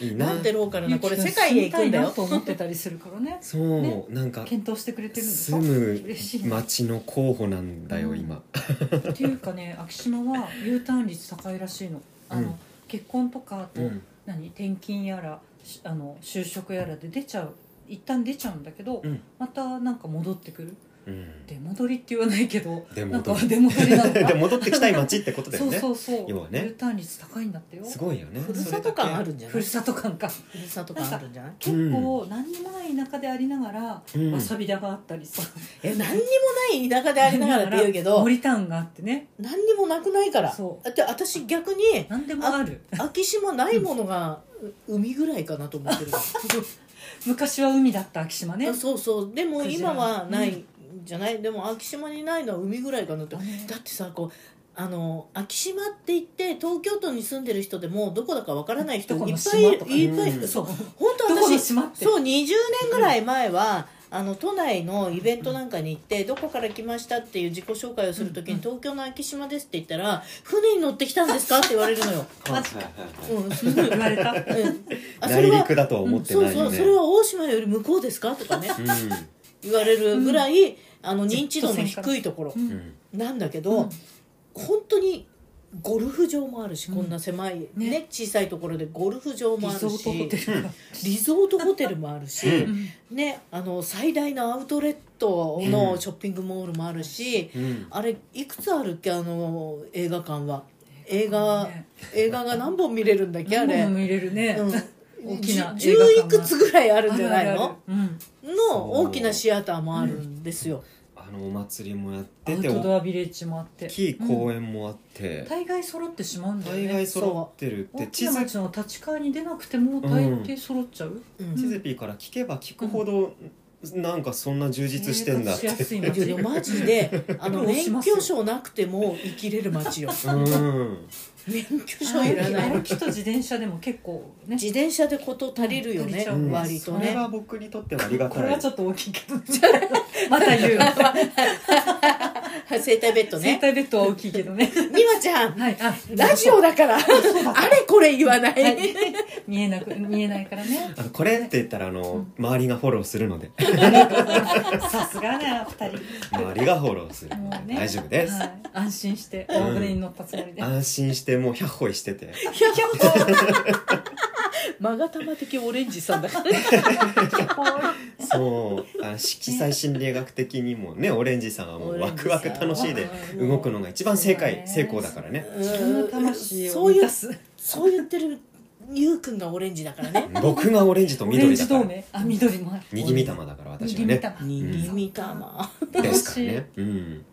B: うんいいな
A: なんてローカルなこれ世界へ行くんだよ
C: と思ってたりするからね
B: そうなんか
C: 検討してくれてるんです
B: 住
C: か
B: む
C: 嬉しいな
B: 町の候補なんだよ
C: うん
B: 今
C: っていうか
B: [laughs]
C: ね昭島は U ターン率高いらしいのあの、
B: うん
C: 結婚とかあと、
B: うん
C: 何転勤やらしあの就職やらで出ちゃう一旦出ちゃうんだけど、
B: うん
C: またなんか戻ってくる
B: うん
C: 出戻りって言わないけど
B: 出
C: なん
B: 戻
C: か
B: り
C: 出戻り
B: [laughs]
C: なのか
B: で戻ってきたい街ってことだよ
C: そう
B: ね
C: そうそう
B: 要はね
C: U ターン率高いんだってよ
B: すごいよね
A: ふるさと感あるんじゃな
C: ふ
A: い
C: るさと感か
A: ふるさと感あるんじゃない
C: 結構何にもない田舎でありながら、
B: それだけうん
C: わさび田があっ
B: [laughs]
C: たりさ
A: え何にもない田舎でありながらって言うけど
C: 森タウン [laughs] があってね
A: 何にもなくないから
C: そう
A: だって私逆に
C: 何でもある
A: 昭島ないものが海ぐらいかなと思ってる
C: 昔は海だった昭島 [laughs] ね
A: あそうそうでも
C: クジ
A: 今
C: ラ
A: はないんじゃない、でも昭島にないのは海ぐらいかなと
C: だ
A: だ
C: ね
A: ってさこうあの昭島って言って東京都に住んでる人でもどこだかわからない人い
C: ど
A: っ
C: この
A: ぱいい
C: 島
A: る
C: とかね
A: いっぱいいる、
B: うん
A: そう
C: ど
A: 本当
C: この
A: 私
C: 島って
A: そう20年ぐらい前は、あの都内のイベントなんかに行って、どこから来ましたっていう自己紹介をするときに、
C: うん
A: 東京の昭島ですって言ったら船に乗ってきたんですかって言われるの
C: [laughs]
A: よ、
B: はいはいはい
A: うん、すごい
C: 言われた
A: うんあそ
B: 内
A: れは
B: 陸だとは思って
A: そう
B: ない
A: そ
B: よ
A: う
B: ね
A: それは大島より向こうですかとかね言われるぐらい、あの認知度の低いところ
C: うん
B: うん
A: なんだけど、
C: うん
A: 本当にゴルフ場もあるし、
C: うん
A: こんな狭い、ね
C: ね
A: 小さいところでゴルフ場も
C: リ
A: あるし
C: ゾートホテルが、
A: リゾートホテルもあるし、
B: う
A: ね、あの最大のアウトレット
B: う
A: の
B: ん
A: ショッピングモールもあるし、
B: うん
A: あれいくつあるっけあの映画館は映
C: う
A: 画
C: んね
A: 映画が何本見れるんだっけあれ、
C: 何本も見れるね、
A: うん、
C: [laughs] 大きな
A: じゅ
C: 映画
A: 十い
C: 館
A: く
C: が
A: つぐらいあるんじゃないの
C: あるあるうん
A: の大きなシアターもあるんですよ、
B: あのお祭りもやっ
C: ア
B: て
C: ウ
B: て
C: ト
B: 大
C: ドアビレッジもあって
B: きい公園もあって
C: 大概揃ってしまうんだよ
B: 大
C: ね
B: 概揃ってるって
C: 大き
B: 地
C: な
B: 図
C: 町の立川に出なくても大抵揃っちゃう、
A: うん
B: 地図ピーから聞けば聞くほどなんかそんな充実してんだっ
C: 生活
B: て
C: しやすい
A: いやで
C: 街
A: もマジであの
C: 苦労し
A: 免
C: ますよ
A: 許証なくても生きれる街
C: [laughs]
A: よ
B: うん
A: 免許証いらない
C: 歩きと自転車でも結構ね
A: 自転車で事足りるよね、
C: うん
A: 割
B: そ
A: と
B: れ
A: ね
B: は僕にとってはありが
C: こ
B: た
C: れはいちょっと大きいけど [laughs] また言う
A: [laughs] 生体ベッド
C: 生
A: ね
C: 体ベッドは大きいけど
B: [laughs]
C: ね
A: 美和ちゃん
C: はいあ
A: ラジオだからあれこれ言わない、 [laughs]
C: はい見えなく見えないからね
B: あのこれって言ったらあの周りがフォローするの
A: [laughs]
B: で
C: さすがね二人
B: 周りがフォローするの
C: もう
B: で [laughs]
C: ね
B: 大丈夫です
C: はい、安心して大船に乗ったつもりで、
B: 安心してもう百歩いしてて
A: いやマガタマ的オレンジさんだから
B: そうあの色彩心理学的にもねオレンジさんはもうワクワク楽しいで動くのが一番正解
C: そうだね
B: 成功だからね
C: 自分の魂
A: そ
C: を
A: うい
C: 満
A: う
C: たす
A: そう言ってるゆうくんがオレンジだからね
B: 僕がオレンジと
C: オレン
B: 緑
C: ジ
B: だか
C: 同
B: ら
C: 盟あ緑もある
B: 握り玉だから私は
C: 握り
B: ね
C: 玉
A: 握り玉
B: ですからねうん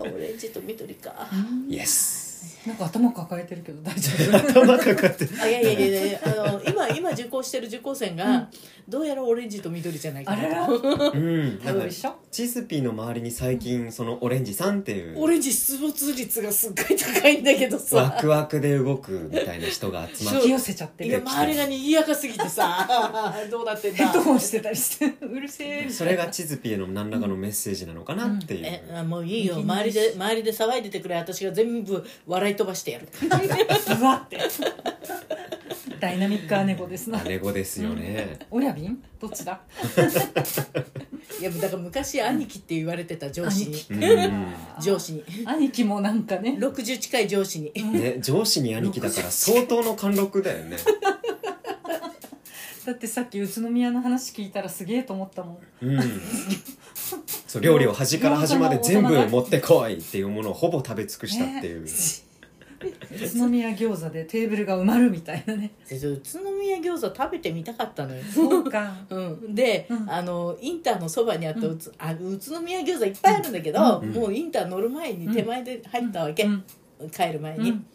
A: オレンジと緑か
C: うん
B: イエス
C: なんか [laughs] 頭抱えてるけど大丈夫
B: 頭かかって
A: あいやいやいやいやあの今今受講してる受講生がどうやらオレンジと緑じゃないか
C: あ
A: な
C: らら
A: と
B: うんなん
C: 多
B: か
C: 分一緒
B: チズピーの周りに最近そのオレンジさんっていう
A: オレンジ出没率がすっごい高いんだけど
B: ワ
A: さ
B: クワクで動くみたいな人が集まっ
C: 引
B: て
C: き寄せちゃって
A: い
C: る
A: や周りが賑やかすぎてさ [laughs] どうなってん
C: ヘ
A: だ
C: ッドホンしてたりしてうるせえみたいな
B: それがチズピーへの何らかのメッセージなのかなっていう
A: えあもういいよ
C: 右に
A: 周りで周りで騒いでてくれ私が全部笑い飛ばして
C: [laughs]
A: やる
C: [laughs] うわってダイナミックアネゴですな
B: 姉子ですよね
C: オリャビンどっちだ
A: いやだから昔兄貴って言われてた上司に
C: 兄貴
B: うん
A: 上司に
C: 兄貴もなんかね
A: 60近い上司に
B: ね上司に兄貴だから相当の貫禄だよね
C: だってさっき宇都宮の話聞いたらすげえと思ったもん
B: うんそう料理を端から端まで全部持ってこいっていうものをほぼ食べ尽くしたっていう、
C: 宇都宮餃子でテーブルが埋まるみたいな
A: [laughs]
C: ね
A: で宇都宮餃子食べてみたかったのよ
C: そうか
A: うん、で、
C: うん
A: あのインターのそばにあったうつ、あ宇都宮餃子いっぱいあるんだけど、
B: うん
A: もうインター乗る前に手前で入ったわけ、
C: うん
A: 帰る前
C: う
A: に、
C: ん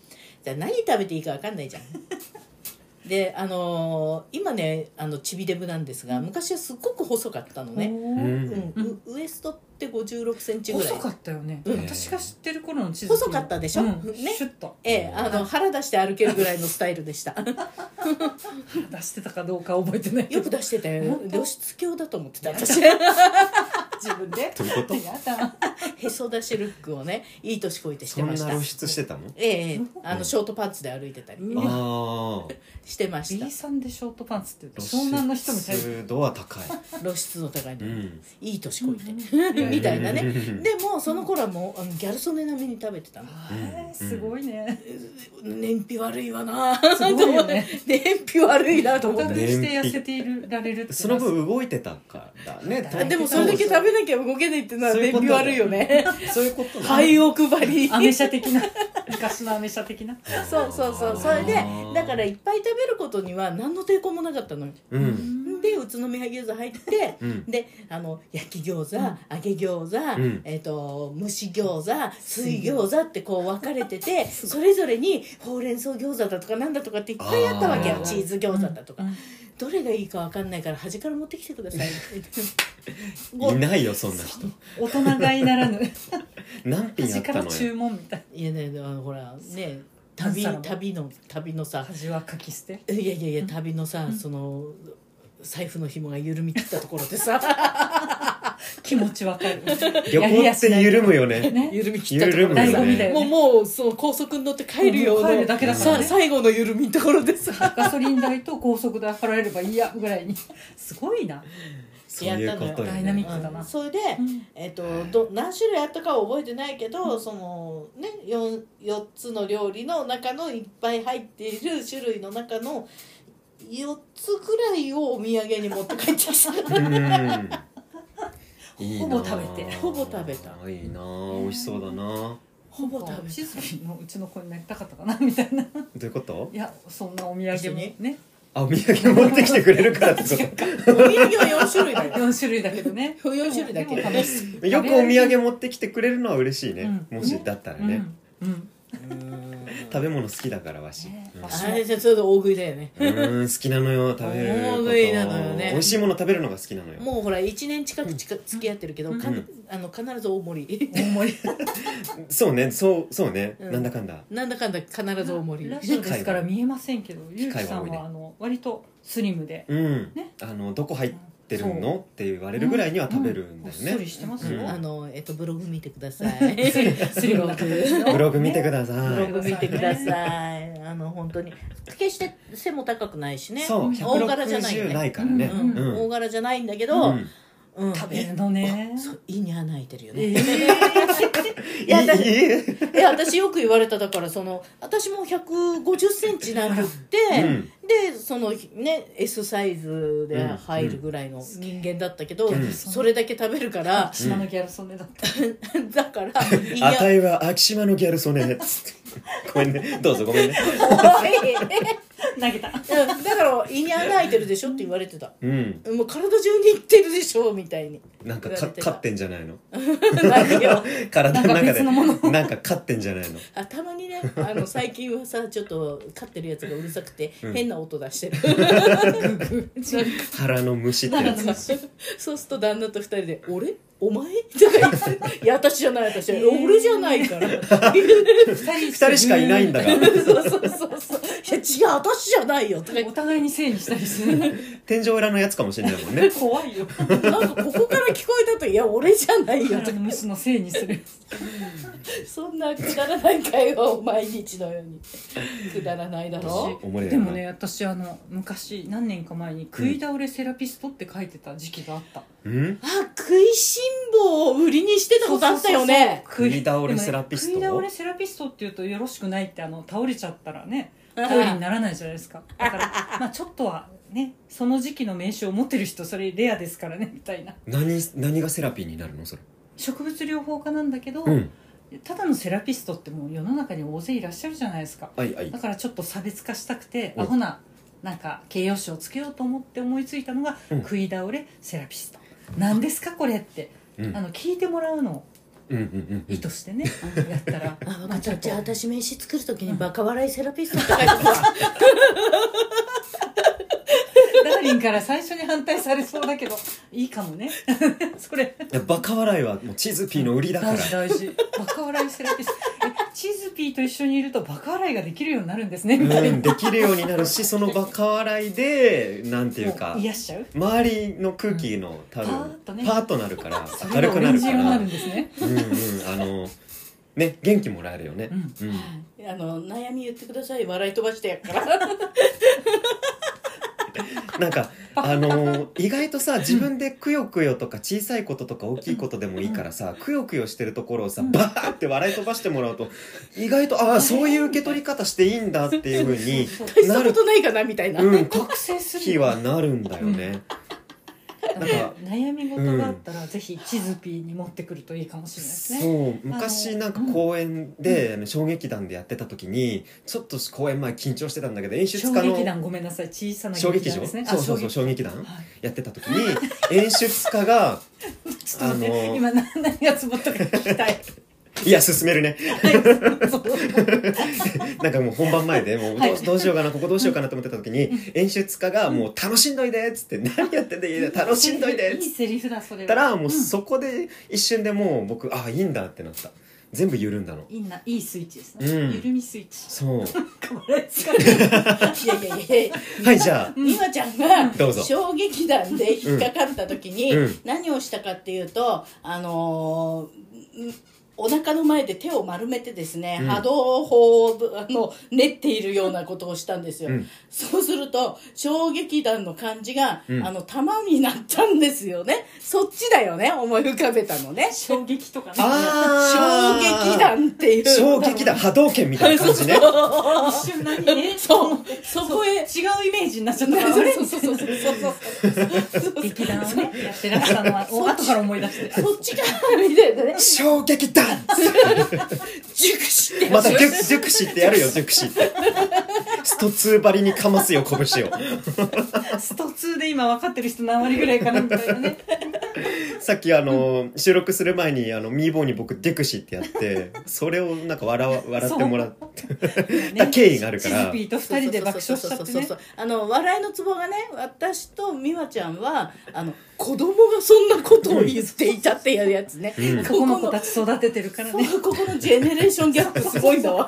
A: じゃあ何食べていいか分かんないじゃんであのー今ねあのちびデブなんですが昔はすっごく細かったのね、
B: う
C: おー
A: うん
B: ん
A: うウエストって5 6センチぐらい
C: 細かったよね、
A: うん
C: 私が知ってる頃の地図
A: 細かったでしょ
C: うん、
A: ね
C: シュッと
A: ええ、あの腹出して歩けるぐらいのスタイルで
C: [laughs]
A: した
C: 出してたかどうか覚えてないけ
A: よ
C: ど
A: く出してたよ
C: 本当
A: 露出鏡だと思ってた私自分
C: [laughs]
A: で
B: どういうこと
C: やだ
A: へそ出しルックをねいい年こいてして
B: そん
A: ました
B: な露出してたの
A: ええええあのショートパンツで歩いてたり
C: うわ
B: ああ
A: してました
C: B さんでショートパンツって言うと
B: 露
C: 湘南の人みたい
B: 出度は高い、
A: 露出の高いの、
B: うん、
A: いい年こいて、
C: うん
A: みたいなね
B: うん
A: でもその頃はもうあのギャル曽根並みに食べてたの
C: はいすごいね
A: 燃費悪いわな
C: すごいよね
A: [laughs] 燃費悪いなと
C: 努
A: 思っ
C: 力
A: て。
C: して痩せているられるって
B: その分動いてたからね
C: あ
A: でもそれだけ食べなきゃ動けないっていうのは
B: そうい
A: 燃
B: うこと
A: 費
B: だ
A: 悪いよね。
C: [laughs]
B: そういうことだ
A: 肺を配り。
C: アメ車的な昔のアメ車的な
A: そうそうそう。それで
B: あー、
A: だからいっぱい食べることには何の抵抗もなかったのよ。
B: うん
A: で、宇都宮餃子入って、
B: うん
A: で、あの、焼き餃子、
C: うん
A: 揚げ餃子、
B: うん
A: えっ、と、蒸し餃子、水餃子ってこう分かれ
B: [laughs]
A: てて、それぞれにほうれん草餃子だとかなんだとかっていっぱいあったわけよ
B: あ。ー
A: チーズ餃子だとか
C: う。ん
A: どれがいいかわかんないから端から持ってきてくださいって
B: [laughs]
A: 言
B: い
A: って。
B: ないよそんな人
C: 大人買いならぬ
B: 何品あ
C: 端
B: っ
C: か
B: た
C: ら
B: のよ
C: 注文みたい
A: いやねあのほらね旅
C: 何皿も
A: 旅の旅の
C: な
A: さ
C: 端は書き捨て
A: いやいやいや旅のさ、
C: うん
A: その財布の紐が緩み切ったところでさ
C: 気持ちわかる
B: 旅行って緩むよね
C: ね
A: 緩み切ったとこ
B: 緩
A: ろ
B: む
A: で
C: 醍
B: よ
A: さ
C: 醐味だ
B: ね
C: よ
A: もうもうその高速に乗って帰るよう
C: もう
A: な
C: 帰るだけだから
A: さ
C: ね
A: 最後の緩みのところでさ
C: ガソリン代と高速代払えればいいやぐらいにすごいな、
B: そういうことよ
C: ダイナミ
B: ね
C: ックだな
A: うんそれで、
C: うん
A: えっとど何種類あったかは覚えてないけど、そのね 4, 4つの料理の中のいっぱい入っている種類の中の4つぐらいをお土産に持って帰ってきた
B: うんいいな
C: ほぼ食べて
A: ほぼ食べた
B: いいな美味しそうだなど
A: ほぼ食べた
C: 静かのうちの子になりたかったかなみたいないう
B: いうこと
C: やそんなお土産もね
B: あお土産持ってきてくれるからってこ
A: [laughs] お土産は4種類だよ
C: 4種類だけどね
A: 4種類だけ
C: でも楽しい
B: とよくお土産持ってきてくれるのは嬉しいね
C: うん
B: もしだったらね
C: うん、うん
B: 食べ物好きだからわし
C: ね
B: うん
C: わし
A: あれじゃちょうど大食いだよね
B: うーん好きなのよ食べること
A: 大食いなのよね
B: 美味しいもの食べるのが好きなのよ
A: もうほら1年近く近く付き合ってるけど、
C: うん
A: か
B: うん
A: あの必ず大盛り [laughs]
C: 大盛
B: そうねそうそうね、
A: うん
B: なんだかんだ
A: なんだかんだ必ず大盛
C: り
A: り
C: ラジオですから見えませんけどゆうきさん
B: 機械は多いね
C: はあの割とスリムで
B: うん、
C: ね
B: あのどこ入っ
C: う
B: て
C: ん
B: るのって言われるぐらいには食べるんだよ
C: うんごっそ
B: ね
C: り、してますよ、
B: うん
A: あ
C: あの
A: のえっとブログ見てくださ
B: [laughs]
A: い
C: スリムな方ですよ
B: ブログ見てください、
A: ブログ見てくださいあの本当に決して背も高くないしね
B: そう
A: 大柄じゃないよ
B: 160
A: ね
B: ないからね
A: う
B: うんん
A: 大柄じゃないんだけ
B: う
A: ど、
B: ん
A: うん
C: 食べるのね
A: そういいに穴開いてるよね、
C: え
B: い
A: いやだ
B: い
A: [laughs] え私よく言われただからその私も1 5 0ンチなくって、
B: うん
A: でそのね S サイズで入るぐらいの人間だったけど、
B: うん
A: それだけ食べるから [laughs]
C: ー、、島のギャルソネだった、
A: だからい
B: あた
A: や
B: いは昭島のギャル曽根つってごめんねどうぞごめんね
A: [laughs] おい
C: 投げた
A: うんだから胃に穴開いてるでしょって言われてた
B: うん
A: もう体中にいってるでしょみたいに [laughs]
B: なんか
A: 言わ
B: か
A: れてた
B: 勝ってんじゃないの
A: なんかよ
B: 体の中
C: なんか別
B: で
C: のも
B: なんか勝ってんじゃないの
A: あたまにねあの最近はさちょっと飼ってるやつがうるさくて、
B: うん
A: 変な音出してる
B: 腹の虫ってやつ
A: なんかそうすると旦那と二人で「俺お前?」とか言って「いや私じゃない私じゃない、
C: えー
A: 俺じゃないから」
C: 二
B: [laughs] 二人しかいないんだから
A: そうそうそうそういや違う私じゃないよとか言
C: お
A: っ
C: 互いに性にしたりする
B: 天井裏のやつかもしれないもんね
C: 怖いよ
A: てなんかここから聞こえたと「いや俺じゃないよ」と
C: あ
A: か
C: の虫のせいにする
A: そんなくだらない会話を毎日のようにくだらないだろ
B: おもれえな
C: でもね私あの昔何年か前に「食い倒れセラピスト」って書いてた時期があった、
B: うん
A: あ食いしん坊を売りにしてたことあったよね
C: そうそうそ
B: 食
C: う
B: い倒れセラピスト
C: でもね食い倒れセラピストっていうとよろしくないってあの倒れちゃったらね頼りにならないじゃないですか
B: [laughs]
C: だからまあちょっとはねその時期の名刺を持ってる人それレアですからねみたいな
B: 何何がセラピーになるのそれ
C: 植物療法家なんだけど、
B: うん
C: ただのセラピストってもう世の中に大勢いらっしゃるじゃないですか
B: はいはい
C: だからちょっと差別化したくて
B: うん
C: アホななんか形容詞をつけようと思って思いついたのが
B: うん
C: 食い倒れセラピスト何ですかこれって
B: うんうん
C: あの聞いてもらうのを
B: うんうんう
C: 意
B: ん
C: 図してねやった
B: [laughs]
C: ら
A: あ分
C: ま
A: か
C: あ
A: っ
C: ちょ
A: た
C: っと
A: じゃあ私名刺作るときにバカ笑いセラピストって書いてた [laughs]
C: ダーリンから最初に反対されそうだけどいいかもね [laughs] それ
B: いやバカ笑いはもうチーズピーの売りだから
C: 大事大事バカ笑いセラピストえチーズピーと一緒にいるとバカ笑いができるようになるんですねみた
B: う
C: い
B: ん、
C: な
B: できるようになるしそのバカ笑いでなんていうか
C: も癒しちゃう
B: 周りの空気の多分、
C: パーッとね
B: パーッとなるから
C: [laughs] そ
B: 明
C: れ
B: る
C: が
B: く
C: オ
B: な
C: レン
B: る
C: ジ
B: か
C: 色に
B: ら
C: な
B: う
C: るん
B: ん
C: ですね
B: うんあのね元気もらえるよね
C: う、ん
B: うん
A: あの悩み言ってください笑い飛ばしてやっから [laughs]
B: なんかあの意外とさ自分でくよくよとか小さいこととか大きいことでもいいからさくよくよしてるところをさ
C: うん
B: バーって笑い飛ばしてもらうと意外とああそういう受け取り方していいんだっていうふうに
C: そうそ
A: 大
C: う
A: したことないかなみたいな、
B: うん
C: 覚醒す
B: 気
C: る
B: はなるんだよね。
C: な
B: な
C: ん
B: んか
C: か悩み事があったら、ぜひチズピーに持ってくるといいかもしれないですね。
B: そう昔なんか公演で、あの小劇団でやってた時にちょっと公演前緊張してたんだけど演出
C: 小
B: 家の
C: 劇団ごめんなさい小さな
B: 小
C: 劇
B: 劇
C: 団
B: 場
C: ですね。
B: そうそうそう
C: 小
B: 小劇団
C: 劇はい
B: やってた時に演出家が
C: ちょっと待って、
B: あのー
C: 今何何がつぼったか聞き
B: [laughs]
C: たい。
B: いや進めるね
C: はいそう
B: なんかもう本番前でもうどう,、
C: はい
B: どうしようかなここどうしようかなと思ってた時に演出家がもう楽しんどいでっつって何やってんだ家で楽しんどいでっ
C: い
B: つ
C: い
B: っ
C: セリフだそれは。
B: たらもうそこで一瞬でもう僕ああいいんだってなった全部緩んだの
C: いいないいスイッチですね。
B: うん
C: 緩みスイッチ。
B: そう
C: 笑い疲れ
A: いやいやいやいや
B: はいじゃあ
A: 美和ちゃんが
B: どうぞ
A: 小劇団で引っかかった時に
B: うんうん
A: 何をしたかっていうとあのーんお腹の前で手を丸めてですね、
B: うん
A: 波動砲をあの練っているようなことをしたんですよ、
B: うん
A: そうすると小劇団の感じが、
B: うん
A: あの玉になったんですよねそっちだよね思い浮かべたのね小
C: 衝撃とかね。
B: あー
A: 劇団っていう
B: 衝撃だ波動拳みたいな感じね
C: 一瞬何え
A: そうそこへ
C: 違うイメージになっちゃったから。
A: そうそうそうそうそうそう
C: 劇団をねやってらしたのはお後から思い出して。
A: そっちがみたいなね
B: 衝撃だ
A: 熟して
B: また熟熟しってやるよ熟しってストツーばりにかますよ拳を
C: スト2で今分かってる人何割ぐらいかなみたいなね。
B: さっきあの収録する前にあのミーボーに僕デクシってやってそれをなんか笑わ笑ってもらった経緯があるか
C: チ
B: ら
C: ズピーと二人で爆笑しちゃってね
A: そうそうそうそうそうあの笑いのツボがね私と美和ちゃんはあの子供がそんなことを言っていたっていうやつね、
B: うん
C: 男の子たち育ててるからね
A: そうここのジェネレーションギャップすごいんだわ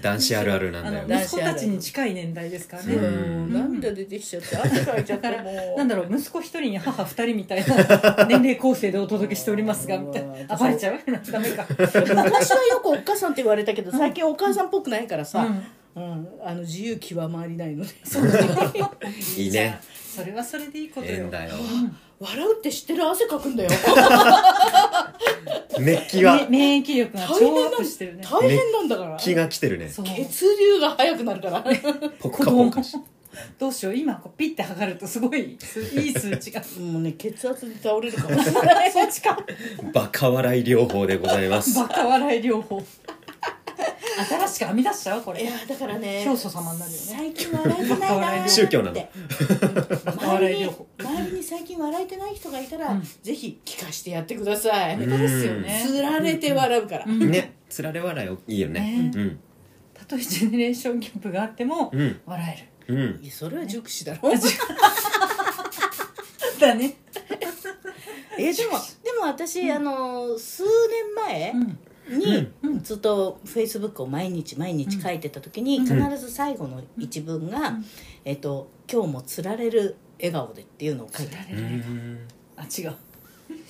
B: 男子あるあるな
C: あ
B: んだよ
C: の
B: ね
A: ね
C: 息子たちに近い年代ですから
A: う
B: う
C: ね、
A: ん
B: ん
A: 涙出てきちゃって汗かいちゃっ
C: だか
A: て
C: ら
A: も
C: なんだろう息子一人に母二人みたいな年齢構成でお届けしておりますがみたいな
A: うん
C: 暴れちゃうダメか、
A: 昔はよくお母さんって言われたけど最近お母さんっぽくないから
C: う
A: さ、
C: ん
A: うんあの自由極まりないので
B: いいね
C: それはそれでいいこと
B: ええ
C: よ
B: んだよ
A: 笑うって知ってる汗かくんだよ
B: 熱気
C: め
B: が
C: 免疫力が超アップしてるね
A: 大変なんだから
B: 気が来てるね
C: そう
A: 血流が速くなるから
B: ポッカポカし
C: どうしよう今こうピッて測るとすご [laughs] いすいい数値が
A: もうね血圧に倒れるかもしれない
C: そっちか
B: バカ笑い療法でございます
C: バカ笑い療法新しく編み出しちゃうこ
A: い
C: れ
A: やだからね
C: 教祖様になるよね
A: 最近笑えてないなーって
B: 宗教なの
C: バカ
A: 周
C: 笑
A: り
C: い療
A: に
C: 法
A: 周りに最近笑えてない人がいたら、
C: うん
A: ぜひ聞かしてやってください、
B: うん
C: 本当ですよね
A: つられて笑うから、
C: うん
B: ねつられ笑いいいよねうん
C: たとえジェネレーションギャップがあっても
B: うん
C: 笑える
B: うん
A: いやそれは熟視だろ
C: だね、
A: えでもでも私、あの数年前
C: うん、
A: に、
C: うん
A: ずっとフェイスブックを毎日毎日書いてた時に、
C: うん
A: 必ず最後の一文が「
C: うん
A: えっと今日もつられる笑顔で」っていうのを書い
C: 釣
A: てある
C: られ
B: う
C: る、
B: ん
C: あ違う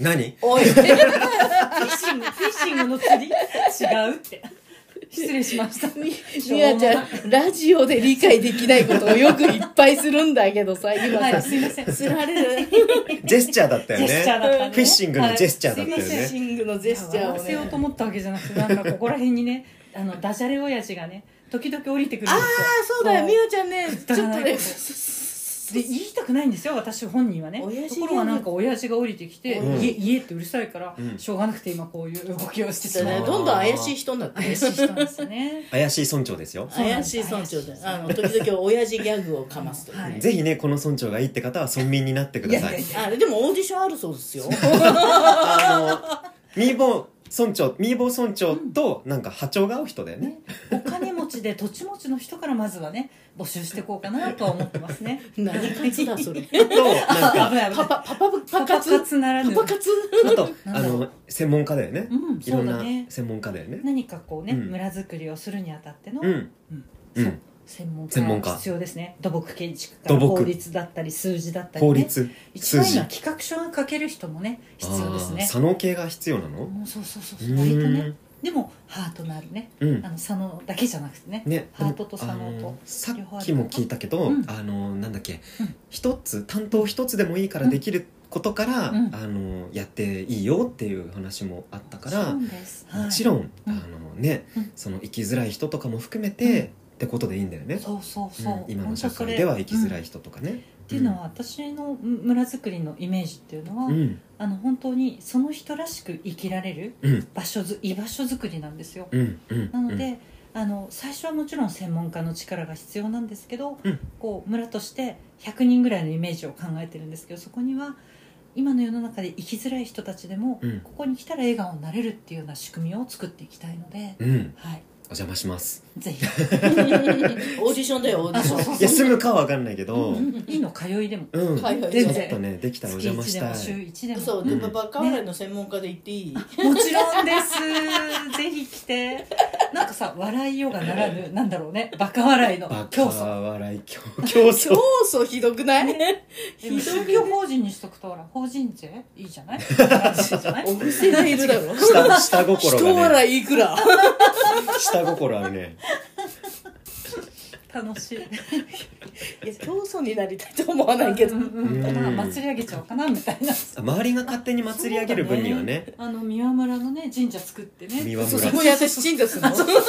B: 何
A: おい
C: フィッシングフィッシングの釣り違うって失礼しました
A: みやちゃん、ラジオで理解できないことをよくいっぱいするんだけどさ、今
C: はい
A: さ、
C: すいません
A: すられる
B: ジェスチャーだったよ
C: ジェスチャー
B: ね
C: だったね
B: フィッシングのジェスチャーだっ
A: フィ
B: たよ
A: ッ
B: ね
A: シングのジェスチャー
C: 笑わせよ
A: を
C: うと
A: ね。
C: 思ったわけじゃなくてなんかここら辺にねあのダジャレ親父がね時々降りてくるんで
A: ああ、そうだよ、みやちゃんね、ちょっとね、
C: すよで言いたくないんですよ私本人はね
A: 親父
C: ところがなんか親父が降りてきて「
B: うん
C: 家家」ってうるさいから、
B: うん
C: しょうがなくて今こういう動きをして
A: ちょっとね
B: そう
A: どんどん怪しい人になって
C: 怪
A: ね
C: しい人なんですよね
B: 怪しい村長ですよ
C: そうなん
A: 怪
C: です
A: しい村長で、あの、時々親父ギャグをかますという
C: はい
A: ね。
B: ぜひねこの村長がいいって方は村民になってください
C: いやいや
A: あれ、でもオーディションあるそうですよ。
B: あのミーボー村長ミーボー村長となんか波長が合う人だよね
C: お金持ちちで土地持ちの人からまずはね募集していこうかなとは思ってますね
A: 何活だそれ
B: あとなん
C: あ
B: か
C: 危ない危
A: パ
C: ない
A: パパパパ
C: パパ
A: 活パ
C: 活ならぬ
A: パ活
B: あと
C: なん
B: あ
C: だろう
B: の専門家だよね
C: うん
B: い
C: そ
B: ろ
C: うんだ
B: な
C: ね
B: 専門家だよね
C: 何かこうね、
B: うん
C: 村づくりをするにあたっての、
B: うんう
C: そうん専門
B: 専門
C: 家
B: 家
C: が必要ですね土木建築家
B: 土木
C: 法律だったり数字だったり、ね、
B: 法律
C: 一番いいのは
B: 数
C: 企画書が書ける人もね必要です
B: あー
C: ね
B: 佐野系が必要なの
C: もうそうそうそ
B: う
C: うそう割と
B: ー
C: ね
B: ん
C: でもハートのあるね
B: うん
C: あの佐野だけじゃなくてね
B: ね
C: ハートと佐野と
B: あのさ
C: 両方あ
B: っ
C: る
B: きも聞いたけど、
C: うん
B: あのなんだっけ
C: うん
B: 一、つ担当一つでもいいからできることから、
C: うん
B: あのやっていいよっていう話もあったから、
C: そうです、はい
B: もちろん、
C: うん
B: あのね、
C: うん
B: その生きづらい人とかも含めて、
C: うん
B: ってことでいいんだよね。
C: そうそうそう、
B: うん今の社会
C: 本当それ
B: では生きづら
C: う
B: い
C: んっ
B: 人とかね。
C: ていうのは私の村づくりのイメージっていうのは、
B: うん
C: あの本当にその人らしく生きられる
B: うん
C: 場所づ居場所づくりなんですよ、
B: うんうん
C: なので、あの最初はもちろん専門家の力が必要なんですけど、
B: うん
C: こう村として100人ぐらいのイメージを考えてるんですけどそこには今の世の中で生きづらい人たちでも、
B: うん
C: ここに来たら笑顔になれるっていうような仕組みを作っていきたいので、
B: うん、うん
C: はい、
B: お邪魔します。[laughs]
C: ぜひ
A: オーディションだよオーディシ
C: そう
A: ョ
C: そう
B: いや住むかはわかんないけど、うん、
C: いいの通いでも
A: はいはい
B: ちょ
C: 全
B: っ
C: 然
B: とねできたらお
C: 月
B: 邪魔し
C: 1で
B: た
C: も週
B: い。
C: 1でも
A: ンそう
B: う
A: で
B: ん
A: もバカ笑いの専門家で言っていい
C: もちろんです。ぜひ来て。なんかさ、笑いようがならぬ、なんだろうね、バカ笑いの
B: バカ
C: 競争。
B: 笑い競競
A: 競
B: 争。
A: 争ひどくない
C: でも宗教法人にしとくと、ほら、法人税いいじゃない。じゃない
A: お店がいるだ [laughs] ろ
B: 下下心
A: 人
B: がね
A: 笑 [laughs] いいくら
B: 下心あるね。
C: 楽しい。
A: いや競争になりたいと思わないけど
C: うんうん
B: うん
C: まあ、祭り上げちゃおうかなみたいな。
B: 周りが勝手に祭り上げる分にはね
C: あの、宮村のね、神社作ってね。
B: 三輪
A: そう
B: 村
A: そこに私鎮座するの
C: 時々、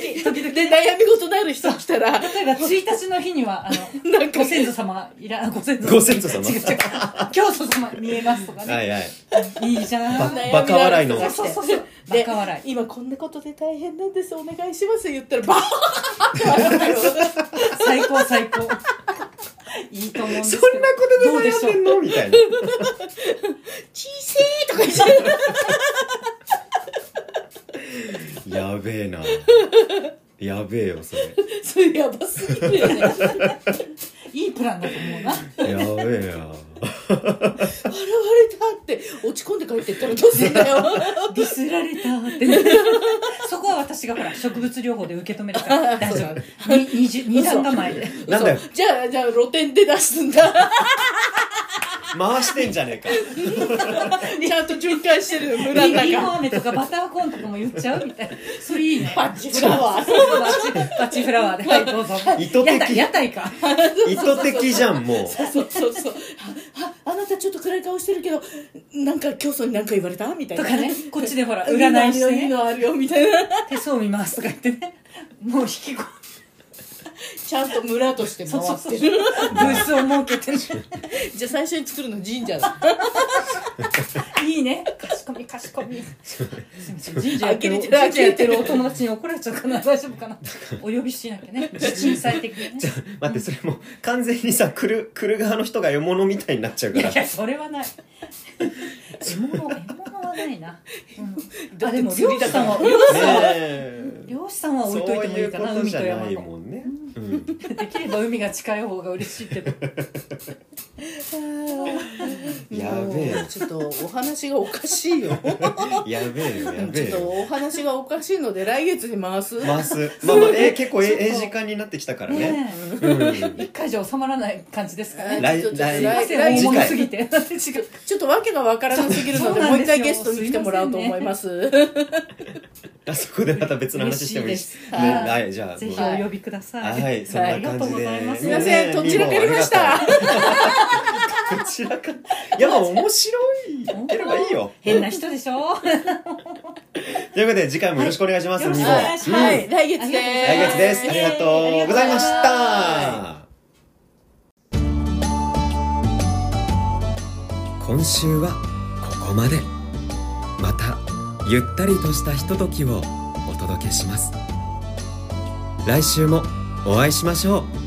C: 時々。
A: で悩み事のある人来たら
C: 例えば、1日の日には、あの。
A: [laughs] なんか
C: ご先祖様いらご先祖
B: ご先祖様
C: 違う違う教祖様見えますとかね、
B: はいはい
C: い、いじゃん
B: ばバカ笑いの
C: そうそうそうそうバ
A: で
C: カ笑い
A: 今こんなことで大変なんですお願いします言ったらバーって笑うよ
C: 最高最高いいと思うんです
B: そ
C: け
B: ん
C: ど
B: なことで悩んでんのみたいな
A: 小せーとか言って
B: やべえなやべえよそれ
A: それやばすぎるよね笑
C: いいプランだと思うな
B: やべえよ
A: われたって落ち込んで帰ってったらどうすんだよ [laughs]
C: ディスられたってねそこは私がほら植物療法で受け止めるから大丈夫に二重二段構えで
B: なんだよ
A: そうじゃあじゃあ露店で出すん [laughs] だ
B: 回してんじゃねえ
A: ちゃんと循環してる村
C: リ
A: の
C: リン
A: 中
C: ハーメとかバターコーンとかも言っちゃうみたいなそれいいね
A: パッチフラワー
C: バチバチフラワーではいどうぞ
B: 意図的
C: 屋台屋台か
B: か意図的じゃんも
A: そうそうそうあああなたちょっと暗い顔してるけどなんか競争に何か言われたみたい
C: と
A: な
C: かねこっちでほら
A: 占
C: 占
A: い
C: い
A: し
C: して
A: ていい
C: ね
A: のあるよみたいな
C: 手相見ますとか言ってねもう引き込む
A: ちゃんと村として
C: そう
A: 回
C: そう
A: っ
C: そうブ
A: てる
C: ースを設けてね
A: じゃあ最初に作るの神社だ
C: いいね。かしこみ、かしこみ。すみません。神社や
A: あ
C: っ
A: き
C: てる、
A: れて
C: 神
A: るあき
C: 社や
A: れ
C: ってて
A: る
C: るお友達に怒られちゃうかな。大丈夫かな。お呼びしなきゃね。小さい的にね。
B: う待ってそれもう完全にさ来る来る側の人が獲物みたいになっちゃう
C: い
B: か
C: や
B: ら
C: いや、それはない。 [laughs] 獲物、獲物はないな。うん、あ、でも、
A: 釣
C: 漁
A: り
C: 師
A: だか
C: さ
A: ら
C: んは、漁師さんは、
B: ねえ
C: 漁師さんは
B: そ
C: 置いうといてもい
B: い
C: いう
B: こ
C: かな。
B: と
C: 海
B: じ
C: と
B: ゃ
C: 山
B: ない
C: の。
B: もんねうん
C: できれば海が近い方が嬉しいけど。
B: やべえ
A: もうちょっとお話がおかしいよ
B: [laughs] やべえよや
A: ちょっ
B: べえ
A: と
B: よ
A: お話がおかしいので来月に回す
B: 回すまあまあえ結構えええ時間になってきたから [laughs] ね
C: ねえ。
B: うん
C: 一回じゃ収まらない感じですかね。
B: 来
A: ちょっと
B: 来
C: すいま
A: 来
C: せ
A: 来
C: ん大
B: 次
C: 物
B: 回
C: すぎて。だって違う。
A: ちょっとわけがわからなすぎるので
C: そう
A: もう
C: なん
A: 一回
C: ですよ
A: ゲストに来てもらおうと思います
B: あそこでまた別の話してもいいし
C: 嬉しいです
B: うんはいじゃあ
C: ぜ
B: も
C: ひ
B: う
C: お呼びください。
B: はい、そんな感じで。
C: ありがとうございます
A: すいませんとっちらかりました
B: ね [laughs] え。みもありがとうこちらか。いや、まあ、面白い。ければいいよ。
C: 変な人でしょ。
B: ということで、次回もよろしくお願いします。
C: はい
B: みも
C: よろしくお願いします
A: はい、来月です
B: 来月です。ありがとうございまし
A: は
B: た。今週はここまで。またゆったりとしたひとときをお届けします。来週もお会いしましょう。